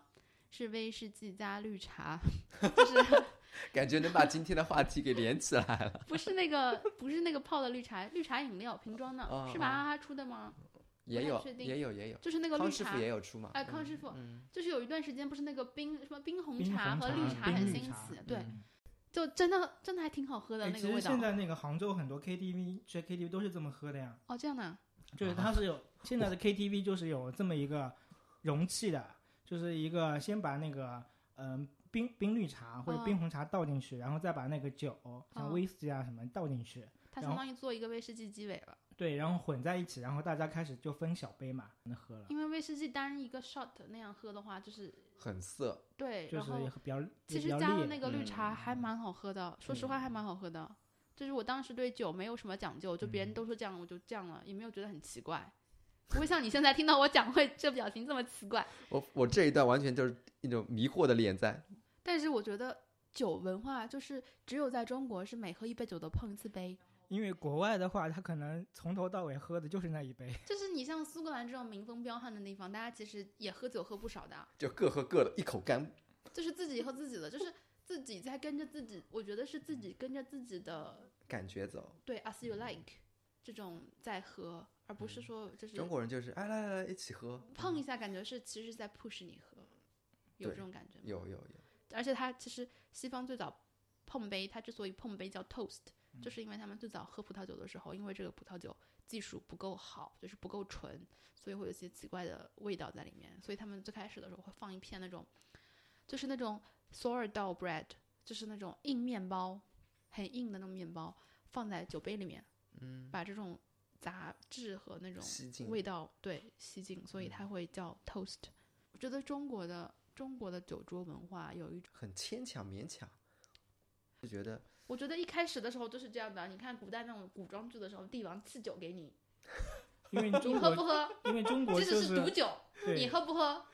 B: 是威士忌加绿茶， 就是
D: 感觉能把今天的话题给连起来 了。
B: 不是那个不是那个泡的绿茶，绿茶饮料瓶装的，
D: 哦
B: 是娃哈哈出的吗？
D: 也
B: 太
D: 有，
B: 确定
D: 也有，也有。
B: 就是那个
D: 康
B: 绿
D: 师
B: 茶
D: 傅，也有出嘛？
B: 哎，康师
D: 傅，
B: 傅
D: 嗯，
B: 就是有一段时间不是那个冰什么冰红
A: 冰
B: 茶
A: 红
B: 和
A: 茶
B: 绿
A: 冰
B: 很
A: 绿
B: 兴
A: 茶
B: 起，对，
D: 嗯
B: 就真的真的还挺好喝的
A: 哎
B: 那
A: 其
B: 个味
A: 实
B: 道
A: 现。在那个杭州很多 KTV，这 KTV 都是这么喝的呀，
B: 哦，这样的啊，
A: 就是它是有现在的 KTV 就是有这么一个容器的，就是一个先把那个嗯、冰冰绿茶或者冰
B: 哦
A: 红茶倒进去，然后再把那个酒像
B: 哦
A: 威士忌啊什么倒进去，
B: 它
A: 然
B: 相
A: 后
B: 当于做一个威士忌鸡尾了，
A: 对，然后混在一起，然后大家开始就分小杯嘛，能喝了，
B: 因为威士忌单一个 shot 那样喝的话，就是
D: 很涩，
B: 对，
A: 就是
B: 然
A: 也
B: 后
A: 比较
B: 其
A: 也
B: 实
A: 比较
B: 加了
A: 烈
B: 那个绿茶
D: 嗯
B: 还蛮好喝的，说实话还蛮好喝的。就是我当时对酒没有什么讲究，就别
A: 嗯
B: 人都说这样，我就这样了，也没有觉得很奇怪。不会像你现在听到我讲会这表情这么奇怪，
D: 我我这一段完全就是一种迷惑的脸在。
B: 但是我觉得酒文化就是只有在中国是每喝一杯酒都碰一次杯，
A: 因为国外的话，他可能从头到尾喝的就是那一杯。
B: 就是你像苏格兰这种民风彪悍的地方，大家其实也喝酒喝不少的，
D: 就各喝各的，一口干。
B: 就是自己喝自己的，就是自己在跟着自己，我觉得是自己跟着自己的
D: 感觉走，
B: 对 as you like 这种在喝，而不是
D: 嗯
B: 说就是
D: 中国人就是哎来来来一起喝，
B: 碰一下，感觉是其实是在 push 你喝，有
D: 对
B: 这种感觉吗？
D: 嗯有有有，
B: 而且它其实西方最早碰杯，它之所以碰杯叫 toast，就
A: 嗯
B: 是因为他们最早喝葡萄酒的时候，因为这个葡萄酒技术不够好，就是不够纯，所以会有一些奇怪的味道在里面。所以他们最开始的时候会放一片那种，就是那种 sourdough bread，就是那种硬面包，很硬的那种面包，放在酒杯里面，
D: 嗯，
B: 把这种杂质和那种
D: 吸进
B: 味道对吸进，
A: 嗯
B: 所以它会叫 toast。我觉得中国的中国的酒桌文化有一种，
D: 很牵强勉强，就觉得
B: 我觉得一开始的时候就是这样的。啊你看古代那种古装剧的时候，帝王赐酒给你，
A: 因为
B: 你
A: 中
B: 喝不
A: 国，
B: 喝？
A: 因为中国
B: 即
A: 就
B: 使是毒酒，
A: 对，
B: 你
A: 因
B: 喝不喝？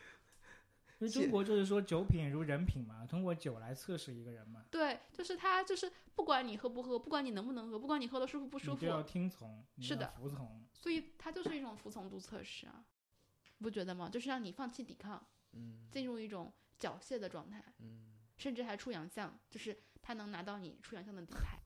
A: 为中国就是说酒品如人品嘛，通过酒来测试一个人嘛，
B: 对，就是他，就是不管你喝不喝，不管你能不能喝，不管你喝的舒服不舒
A: 你
B: 服
A: 就，要听从，你
B: 是
A: 要
B: 的
A: 服从。
B: 所以它就是一种服从度测试啊，你不觉得吗？就是让你放弃抵抗，
D: 嗯
B: 进入一种缴械的状态。
D: 嗯，
B: 甚至还出洋相，就是他能拿到你出洋相的底牌。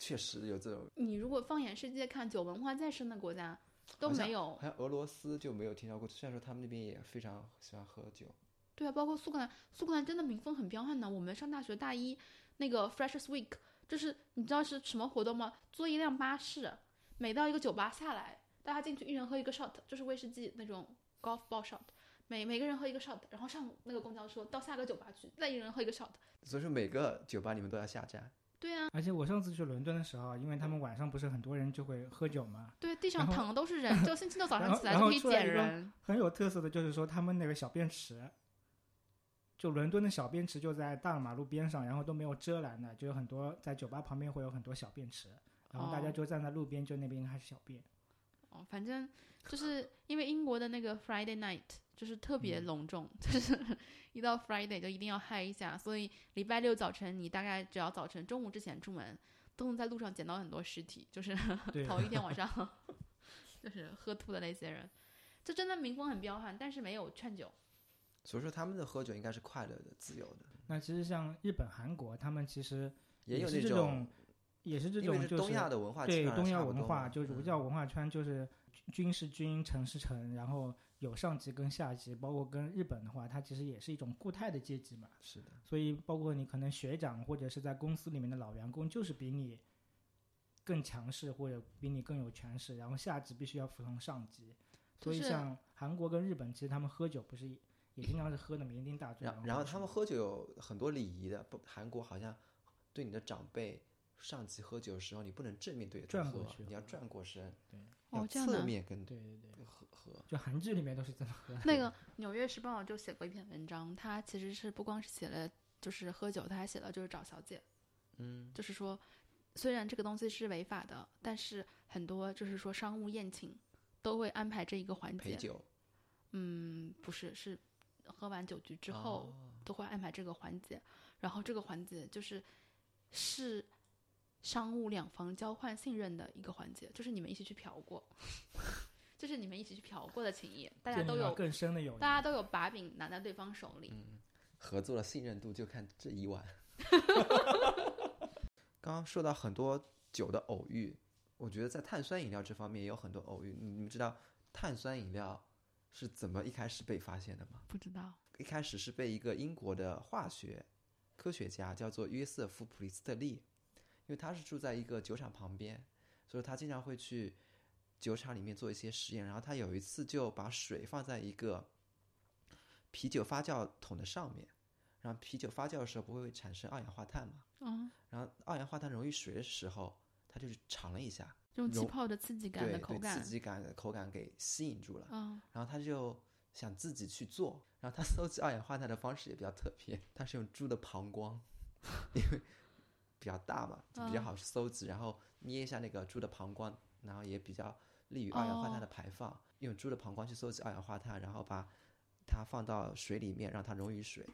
D: 确实有这种，
B: 你如果放眼世界看，酒文化再深的国家都
D: 好像
B: 没有。
D: 好像俄罗斯就没有听到过，虽然说他们那边也非常喜欢喝酒，
B: 对啊，包括苏格兰，苏格兰真的民风很彪悍的。我们上大学大一那个 Freshers Week，就是你知道是什么活动吗？坐一辆巴士，每到一个酒吧下来，大家进去一人喝一个 shot，就是威士忌那种 golf ball shot。每每个人喝一个 shot，然后上那个公交车到下个酒吧去，再一人喝一个 shot。
D: 所以说每个酒吧你们都要下站，
B: 对啊，
A: 而且我上次去伦敦的时候，因为他们晚上不是很多人就会喝酒嘛，
B: 对，地上
A: 然后
B: 躺的都是 人，就星期六早
A: 然
B: 上
A: 后
B: 起来
A: 然
B: 就
A: 后
B: 可以
A: 出来
B: 捡
A: 一个
B: 人。
A: 很有特色的就是说他们那个小便池。就伦敦的小便池就在大马路边上，然后都没有遮拦的，就有很多在酒吧旁边会有很多小便池，然后大家
B: 哦
A: 就站在路边，就那边开始小便。
B: 哦，反正就是因为英国的那个 Friday night 就是特别隆重，就是一到 Friday 就一定要嗨一下，所以礼拜六早晨你大概只要早晨中午之前出门，都能在路上捡到很多尸体，就是
A: 对
B: 头一天晚上就是喝吐的那些人，这真的民风很彪悍，但是没有劝酒。
D: 所以说他们的喝酒应该是快乐的、自由的，
A: 那其实像日本、韩国，他们其实
D: 也有
A: 是
D: 那
A: 这种，也是这
D: 因为
A: 种
D: 是
A: 就是
D: 东亚的文化，基
A: 对
D: 本上
A: 东
D: 差
A: 亚
D: 不
A: 文
D: 多
A: 化，
D: 嘛
A: 就儒
D: 嗯
A: 教文化圈就是君是君，臣是臣，然后有上级跟下级，包括跟日本的话，它其实也是一种固态的阶级嘛，
D: 是的，
A: 所以包括你可能学长或者是在公司里面的老员工，就是比你更强势或者比你更有权势，然后下级必须要服从上级，所以
B: 就是
A: 像韩国跟日本，其实他们喝酒不是也也经常是喝的酩酊大醉，
D: 然
A: 后
D: 然后
A: 去
D: 他们喝酒有很多礼仪的，不，韩国好像对你的长辈上级喝酒的时候，你不能正面对着他
A: 转
D: 喝
A: 过去
D: 你要
A: 喝
D: 转过身，
A: 对
D: 要
E: 哦这样
D: 侧
A: 啊
E: 的
D: 面跟
A: 对对对，
D: 喝喝。
A: 就韩剧里面都是这么喝的。
B: 那个《纽约时报》就写过一篇文章，他其实是不光是写了就是喝酒，他还写了就是找小姐，
D: 嗯，
B: 就是说虽然这个东西是违法的，但是很多就是说商务宴请都会安排这一个环
D: 陪
B: 节。
D: 酒
B: 嗯，不是，是喝完酒局之后、
D: 哦
B: 都会安排这个环节，然后这个环节就是是商务两方交换信任的一个环节，就是你们一起去嫖过， 就是你们一起去嫖过的情谊， 大家
A: 建立
B: 都
A: 了
B: 有
A: 更深的友谊
B: 大。家都有把柄拿在对方手里。
D: 嗯合作的信任度就看这一晚。 刚刚说到很多酒的偶遇，我觉得在碳酸饮料这方面也有很多偶遇。你你们知道碳酸饮料是怎么一开始被发现的吗？
B: 不知道，
D: 一开始是被一个英国的化学科学家叫做约瑟夫·普利斯特利，因为他是住在一个酒厂旁边，所以他经常会去酒厂里面做一些实验。然后他有一次就把水放在一个啤酒发酵桶的上面，然后啤酒发酵的时候不会产生二氧化碳嘛？
B: 嗯，
D: 然后二氧化碳溶于水的时候，他就去尝了一下，
B: 这种气
D: 柔
B: 泡的刺激感
D: 对
B: 的
D: 对
B: 口
D: 刺
B: 感，
D: 激感的口感给吸引住了。
B: 嗯，
D: 然后他就想自己去做，然后他搜集二氧化碳的方式也比较特别，他是用猪的膀胱， 因为比较大嘛，就比较
B: 嗯
D: 好搜集，然后捏一下那个猪的膀胱，然后也比较利于二氧化碳
B: 哦
D: 的排放，用猪的膀胱去搜集二氧化碳，然后把它放到水里面，让它溶于水。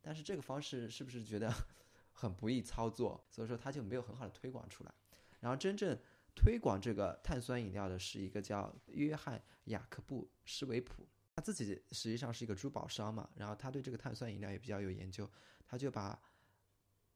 D: 但是这个方式是不是觉得 很不易操作？所以说它就没有很好的推广出来。然后真正推广这个碳酸饮料的是一个叫约翰雅克布施维普，他自己实际上是一个珠宝商嘛，然后他对这个碳酸饮料也比较有研究，他就把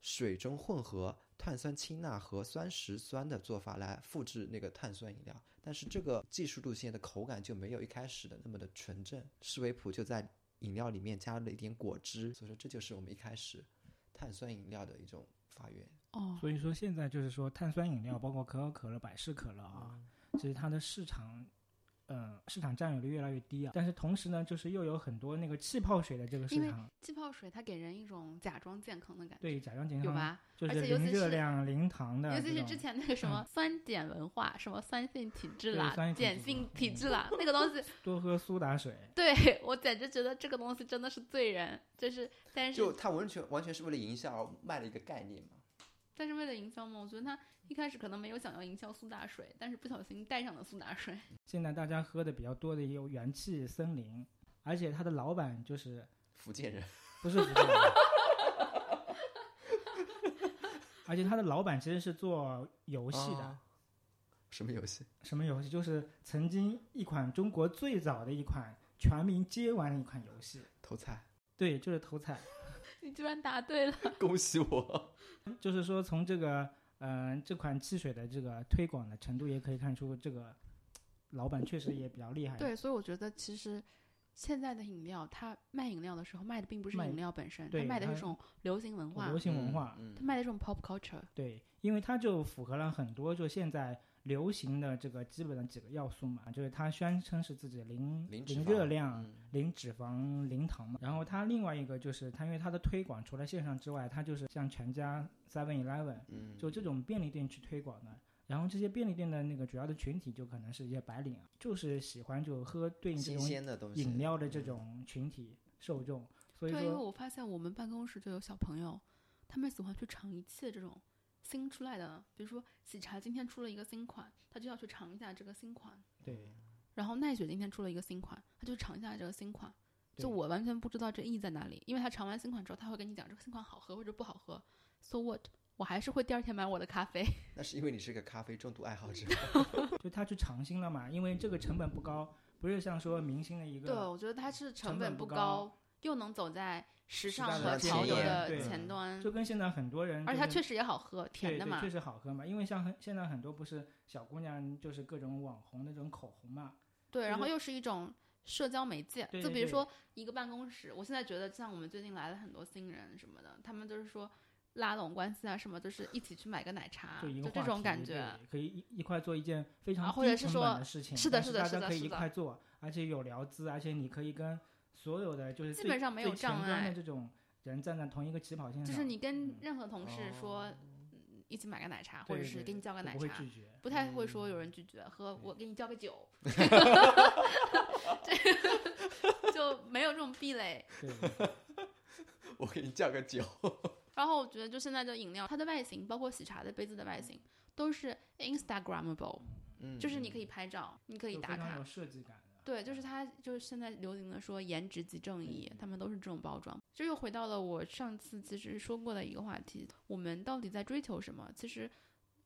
D: 水中混合碳酸氢钠和酸石酸的做法来复制那个碳酸饮料，但是这个技术路线的口感就没有一开始的那么的纯正。施维普就在饮料里面加了一点果汁，所以说这就是我们一开始碳酸饮料的一种发源。
B: 哦，
A: 所以说现在就是说碳酸饮料，包括可口可乐、百事可乐啊，
B: 嗯
A: 其实它的市场，嗯，市场占有率越来越低啊。但是同时呢，就是又有很多那个气泡水的这个市
B: 因为
A: 场，
B: 气泡水它给人一种假装健康的感觉，
A: 对甲状健
B: 有
A: 康，
B: 吧？
A: 就
B: 而
A: 是
B: 且尤
A: 零
B: 其
A: 热
B: 是
A: 量、零糖的
B: 尤
A: 这种，嗯
B: 其是之前那个什么酸碱文化，什么酸性体质
A: 对
B: 啦
A: 酸、性体
B: 碱
A: 质嗯
B: 性
A: 文化
B: 体质啦，那个东西，
A: 多喝苏打水，
B: 对我简直觉得这个东西真的是罪人。就是，但
D: 就是他完全完全是为了营销而卖了一个概念嘛。
B: 但是为了营销嘛，我觉得他一开始可能没有想要营销苏打水，但是不小心带上了苏打水。
A: 现在大家喝的比较多的也有元气森林，而且它的老板就是
D: 福建人，
A: 不是福建人 而且它的老板其实是做游戏的，
D: 哦什么游戏？
A: 什么游戏？就是曾经一款中国最早的一款全民皆玩的一款游戏，
D: 偷菜，
A: 对，就是偷菜。
B: 你居然答对了，
D: 恭喜我！
A: 就是说从这个嗯、呃这款汽水的这个推广的程度，也可以看出这个老板确实也比较厉害。，
B: 对，所以我觉得其实。现在的饮料，它卖饮料的时候卖的并不是
A: 卖
B: 饮料本身，它
A: 对
B: 卖的是
A: 它
B: 一种流行文化
A: 流，行文化，
D: 嗯
B: 它，卖的这种 pop culture。
A: 对，因为它就符合了很多就现在流行的这个基本的几个要素嘛，就是它宣称是自己零
D: 零
A: 零热量。
D: 嗯
A: 零脂肪、零糖嘛。然后它另外一个就是它，因为它的推广除了线上之外，它就是像全家、Seven Eleven，
D: 嗯，
A: 就这种便利店去推广的。然后这些便利店的那个主要的群体就可能是一些白领啊，就是喜欢就喝对应这
D: 新
A: 种
D: 鲜的东西，
A: 饮料的这
D: 嗯
A: 种群体受众，所以
B: 对，因为
A: 说
B: 我发现我们办公室就有小朋友，他们喜欢去尝一切这种新出来的，比如说喜茶今天出了一个新款，他就要去尝一下这个新款；
A: 对
B: 然后奈雪今天出了一个新款，他就尝一下这个新款。就
A: 对
B: 我完全不知道这意义在哪里，因为他尝完新款之后，他会跟你讲这个新款好喝或者不好喝。So what？我还是会第二天买我的咖啡。
D: 那是因为你是个咖啡重度爱好者。
A: 就他去尝新了嘛，因为这个成本不高，不是像说明星的一
B: 对，哦
A: 个
B: 我觉得它是
A: 啊成
B: 成
A: 本
B: 本
A: 不
B: 不
A: 高
B: 高，又能走在时
A: 时
B: 尚
A: 代的
B: 和
D: 前
B: 潮流
D: 沿
B: 的
A: 对
B: 前端，
A: 就跟现在很多人就
B: 而
A: 是、
B: 且它确实也好喝，甜
A: 对
B: 的
A: 对
B: 嘛
A: 确。实好喝嘛，因为像很现在很多不是小姑娘就是各种网红那种口红嘛，
B: 对，
A: 就
B: 然后
A: 是
B: 又是一种社交媒介。
A: 对
B: 就
A: 对
B: 比如
A: 对
B: 说一个办公室，我现在觉得像我们最近来了很多新人什么的，他们就是说拉拢关系啊，什么就是一起去买个奶茶，
A: 就一
B: 啊就
A: 个
B: 这
A: 话
B: 种
A: 题
B: 感觉。
A: 对可以一一块做一件非常
B: 啊或
A: 低
B: 者是
A: 成本
B: 说
A: 的事情，
B: 是的
A: 但
B: 是
A: 是
B: 的
A: 大
B: 是
A: 家
B: 的
A: 可以
B: 是
A: 一
B: 的
A: 块做，而且有聊资，而且你可以跟所有的就是
B: 基
A: 最
B: 本上没
A: 最
B: 有障
A: 前端
B: 碍
A: 的这种人站在同一个起跑线
B: 就
A: 上，
B: 是你跟
A: 嗯
B: 任何同事说，
D: 哦
B: 嗯一起买个奶茶，
A: 对
B: 或者
A: 对
B: 是
A: 对
B: 给你叫个
A: 我
B: 奶
A: 不会
B: 茶，
A: 拒 绝。
B: 不太会说有人拒绝，和
A: 对
B: 我给你叫个 酒，这 就没有这种壁垒。
A: 对，对对
D: 我给你叫个酒。
B: 然后我觉得就现在的饮料，它的外形，包括喜茶的杯子的外形，都是 Instagrammable，
D: 嗯，
B: 就是你可以拍照，你可以
A: 就
B: 打
A: 非常
B: 卡
A: 有。设计感的。
B: 对，就是它，就是现在流行的说颜值即正义，
A: 嗯
B: 他们都是这种包装。这又回到了我上次其实说过的一个话题，我们到底在追求什么？其实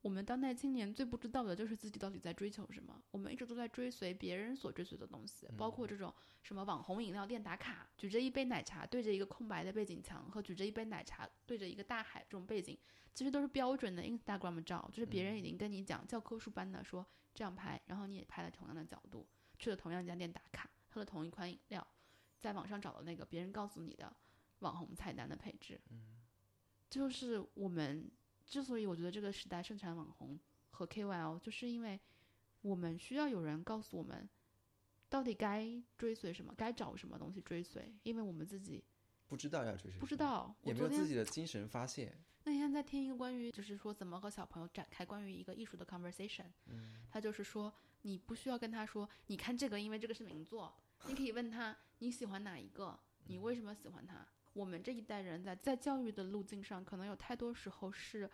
B: 我们当代青年最不知道的就是自己到底在追求什么。我们一直都在追随别人所追随的东西，包
A: 嗯
B: 括这种什么网红饮料店打卡，举着一杯奶茶对着一个空白的背景墙，和举着一杯奶茶对着一个大海这种背景，其实都是标准的 Instagram 照，就是别人已经跟你讲教科书般的说这样拍，然后你也拍了同样的角度。去了同样一家店打卡，喝了同一款饮料，在网上找到那个别人告诉你的网红菜单的配置。嗯，就是我们之所以我觉得这个时代盛产网红和 KOL，就是因为我们需要有人告诉我们到底该追随什么，该找什么东西追随，因为我们自己
D: 不知道要追求什么，
B: 不知道。
D: 也
B: 我
D: 没
B: 昨
D: 有自
B: 天
D: 己的精神发泄。
B: 那天在听一个关于，就是说怎么和小朋友展开关于一个艺术的 conversation，、他就是说你不需要跟他说，你看这个，因为这个是名作，你可以问他你喜欢哪一个，你为什么喜欢它。我们这一代人在在教育的路径上，可能有太多时候是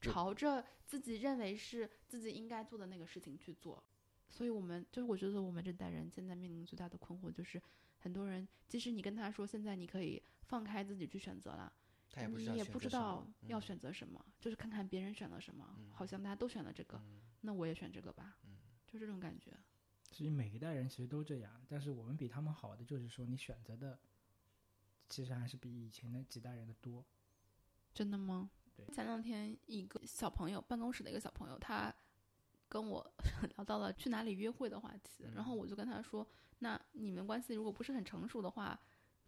D: 对
B: 朝着自己认为是自己应该做的那个事情去做，所以我们就是我觉得我们这代人现在面临最大的困惑就是，很多人即使你跟他说现在你可以放开自己去选择了。
D: 他也不知道
B: 你也
D: 选
B: 不
D: 择
B: 知
D: 什么
B: 道要
D: 嗯
B: 选择什么，就是看看别人选了什么，好像大家都选了这个，
D: 嗯
B: 那我也选这个吧，就这种感觉。
A: 其实每一代人其实都这样，但是我们比他们好的就是说，你选择的其实还是比以前的几代人的多。
B: 真的吗？
A: 对
B: 前两天一个小朋友，办公室的一个小朋友，他跟我 聊到了去哪里约会的话题，然
D: 嗯
B: 后我就跟他说，那你们关系如果不是很成熟的话，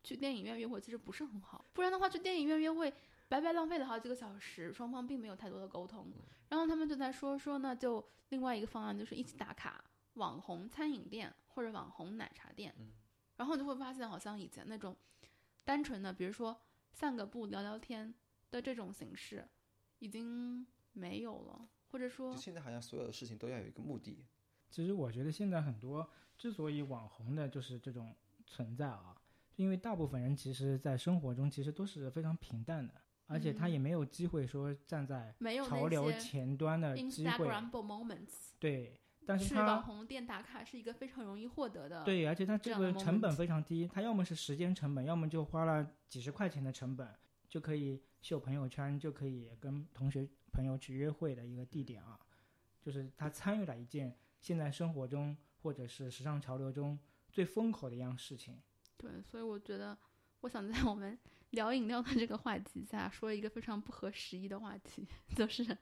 B: 去电影院约会其实不是很好，不然的话去电影院约会。白白浪费了好几个小时，双方并没有太多的沟通，
D: 嗯
B: 然后他们就在说说，那就另外一个方案就是一起打卡网红餐饮店或者网红奶茶店，
A: 嗯
B: 然后你就会发现，好像以前那种单纯的，比如说散个步聊聊天的这种形式，已经没有了，或者说
D: 就现在好像所有的事情都要有一个目的。
A: 其实我觉得现在很多之所以网红的就是这种存在啊，就因为大部分人其实，在生活中其实都是非常平淡的，而且他
B: 嗯
A: 也没有机会说站在
B: 没有
A: 潮流
B: 那些
A: 前端的机会。
B: Instagram moments，
A: 对，但是
B: 去网
A: 他
B: 红店打卡是一个非常容易获得的。
A: 对，而且他
B: 这
A: 这
B: 样的
A: 个成本
B: moment
A: 非常低，他要么是时间成本，要么就花了几十块钱的成本就可以秀朋友圈，就可以跟同学朋友去约会的一个地点啊，就是他参与了一件现在生活中或者是时尚潮流中最风口的一样事情。
B: 对，所以我觉得，我想在我们 聊饮料的这个话题下，说一个非常不合时宜的话题， 就是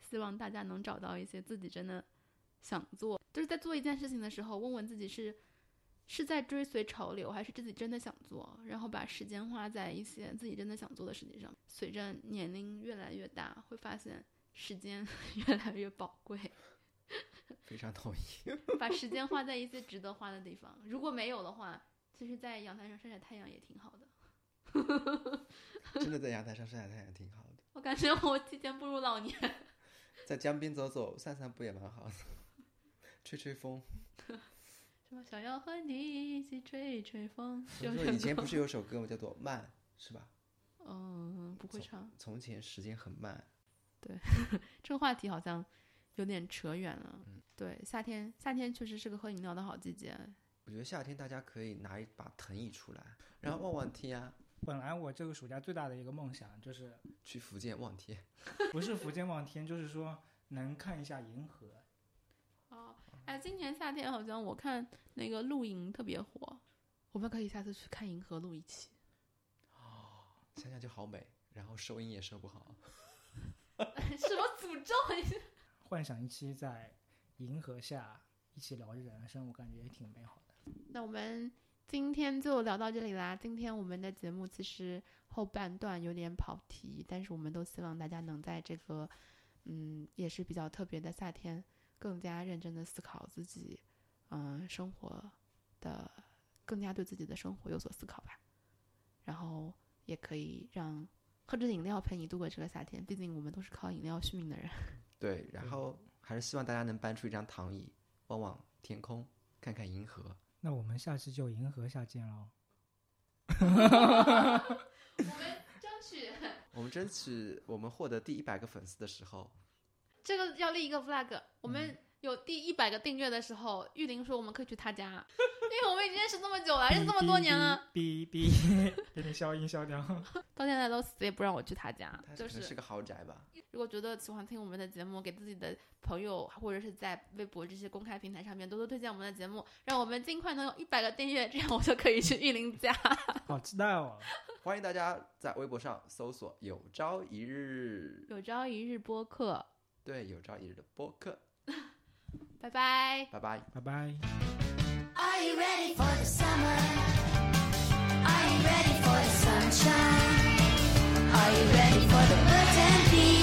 B: 希望大家能找到一些自己真的想做，就是在做一件事情的时候，问问自己是是在追随潮流，还是自己真的想做，然后把时间花在一些自己真的想做的事情上。随着年龄越来越大，会发现时间 越来越宝贵。
D: 非常 同意。
B: 把时间花在一些值得花的地方。如果没有的话，其实，在阳台上晒晒太阳也挺好的。
D: 真的在阳台上晒晒太阳挺好的，
B: 我感觉我提前步入老年。
D: 在江边走走、散散步也蛮好的， 吹吹风。
B: 什么想要和你一起吹吹风？
D: 我说以前不是有首歌吗？叫做《慢》，是吧？
B: 嗯，不会唱。
D: 从前时间很慢，
B: 这个话题好像有点扯远了。对，夏天夏天确实是个喝饮料的好季节。
D: 我觉得夏天大家可以拿一把藤椅出来，然后望望天啊，
A: 本来我这个暑假最大的一个梦想就是
D: 去福建望天。
A: 不是福建望天，就是说能看一下银河。
B: 哦，哎，今年夏天好像我看那个露营特别火，我们可以下次去看银河露一期。
D: 想想就好美，然后收音也收不好。
B: 什么诅咒？
A: 幻想一期在银河下一起聊着人生，我感觉也挺美好的。
B: 那我们今天就聊到这里啦。今天我们的节目其实后半段有点跑题，但是我们都希望大家能在这个嗯也是比较特别的夏天，更加认真的思考自己嗯生活的，更加对自己的生活有所思考吧。然后也可以让
F: 喝着饮料陪你度过这个夏天，毕竟我们都是靠饮料续命的 人。
D: 对，然
A: 对
D: 后还是希望大家能搬出一张躺椅，望望天空，看看银河。
A: 那我们下期就银河下见喽。
B: 我们争取
D: 我们争取我们获得第一百个粉丝的时候，
B: 这个要立一个 flag。我们有第一百个订阅的时候，玉林说我们可以去他家， 因为我们已经认识这么久了，认识这么多年了，
A: 哔哔，哔哔给你消音消 掉。
B: 到现在都死也不让我去他家
D: 它。
B: 就
D: 可能
B: 是
D: 是个豪宅吧。
B: 如果觉得喜欢听我们的节目，给自己的朋友或者是在微博这些公开平台上面多多推荐我们的节目，让我们尽快能有一百个订阅，这样我就可以去玉林家。
A: 好期待哦！
D: 欢迎大家在微博上搜索“有朝一日
B: 有朝一日播客，”，
D: 对，有朝一日的播客，
B: 拜拜。
D: 拜拜。
A: 拜拜。
G: Are you ready for the summer? Are you ready for the sunshine? Are you ready for the birds and bees?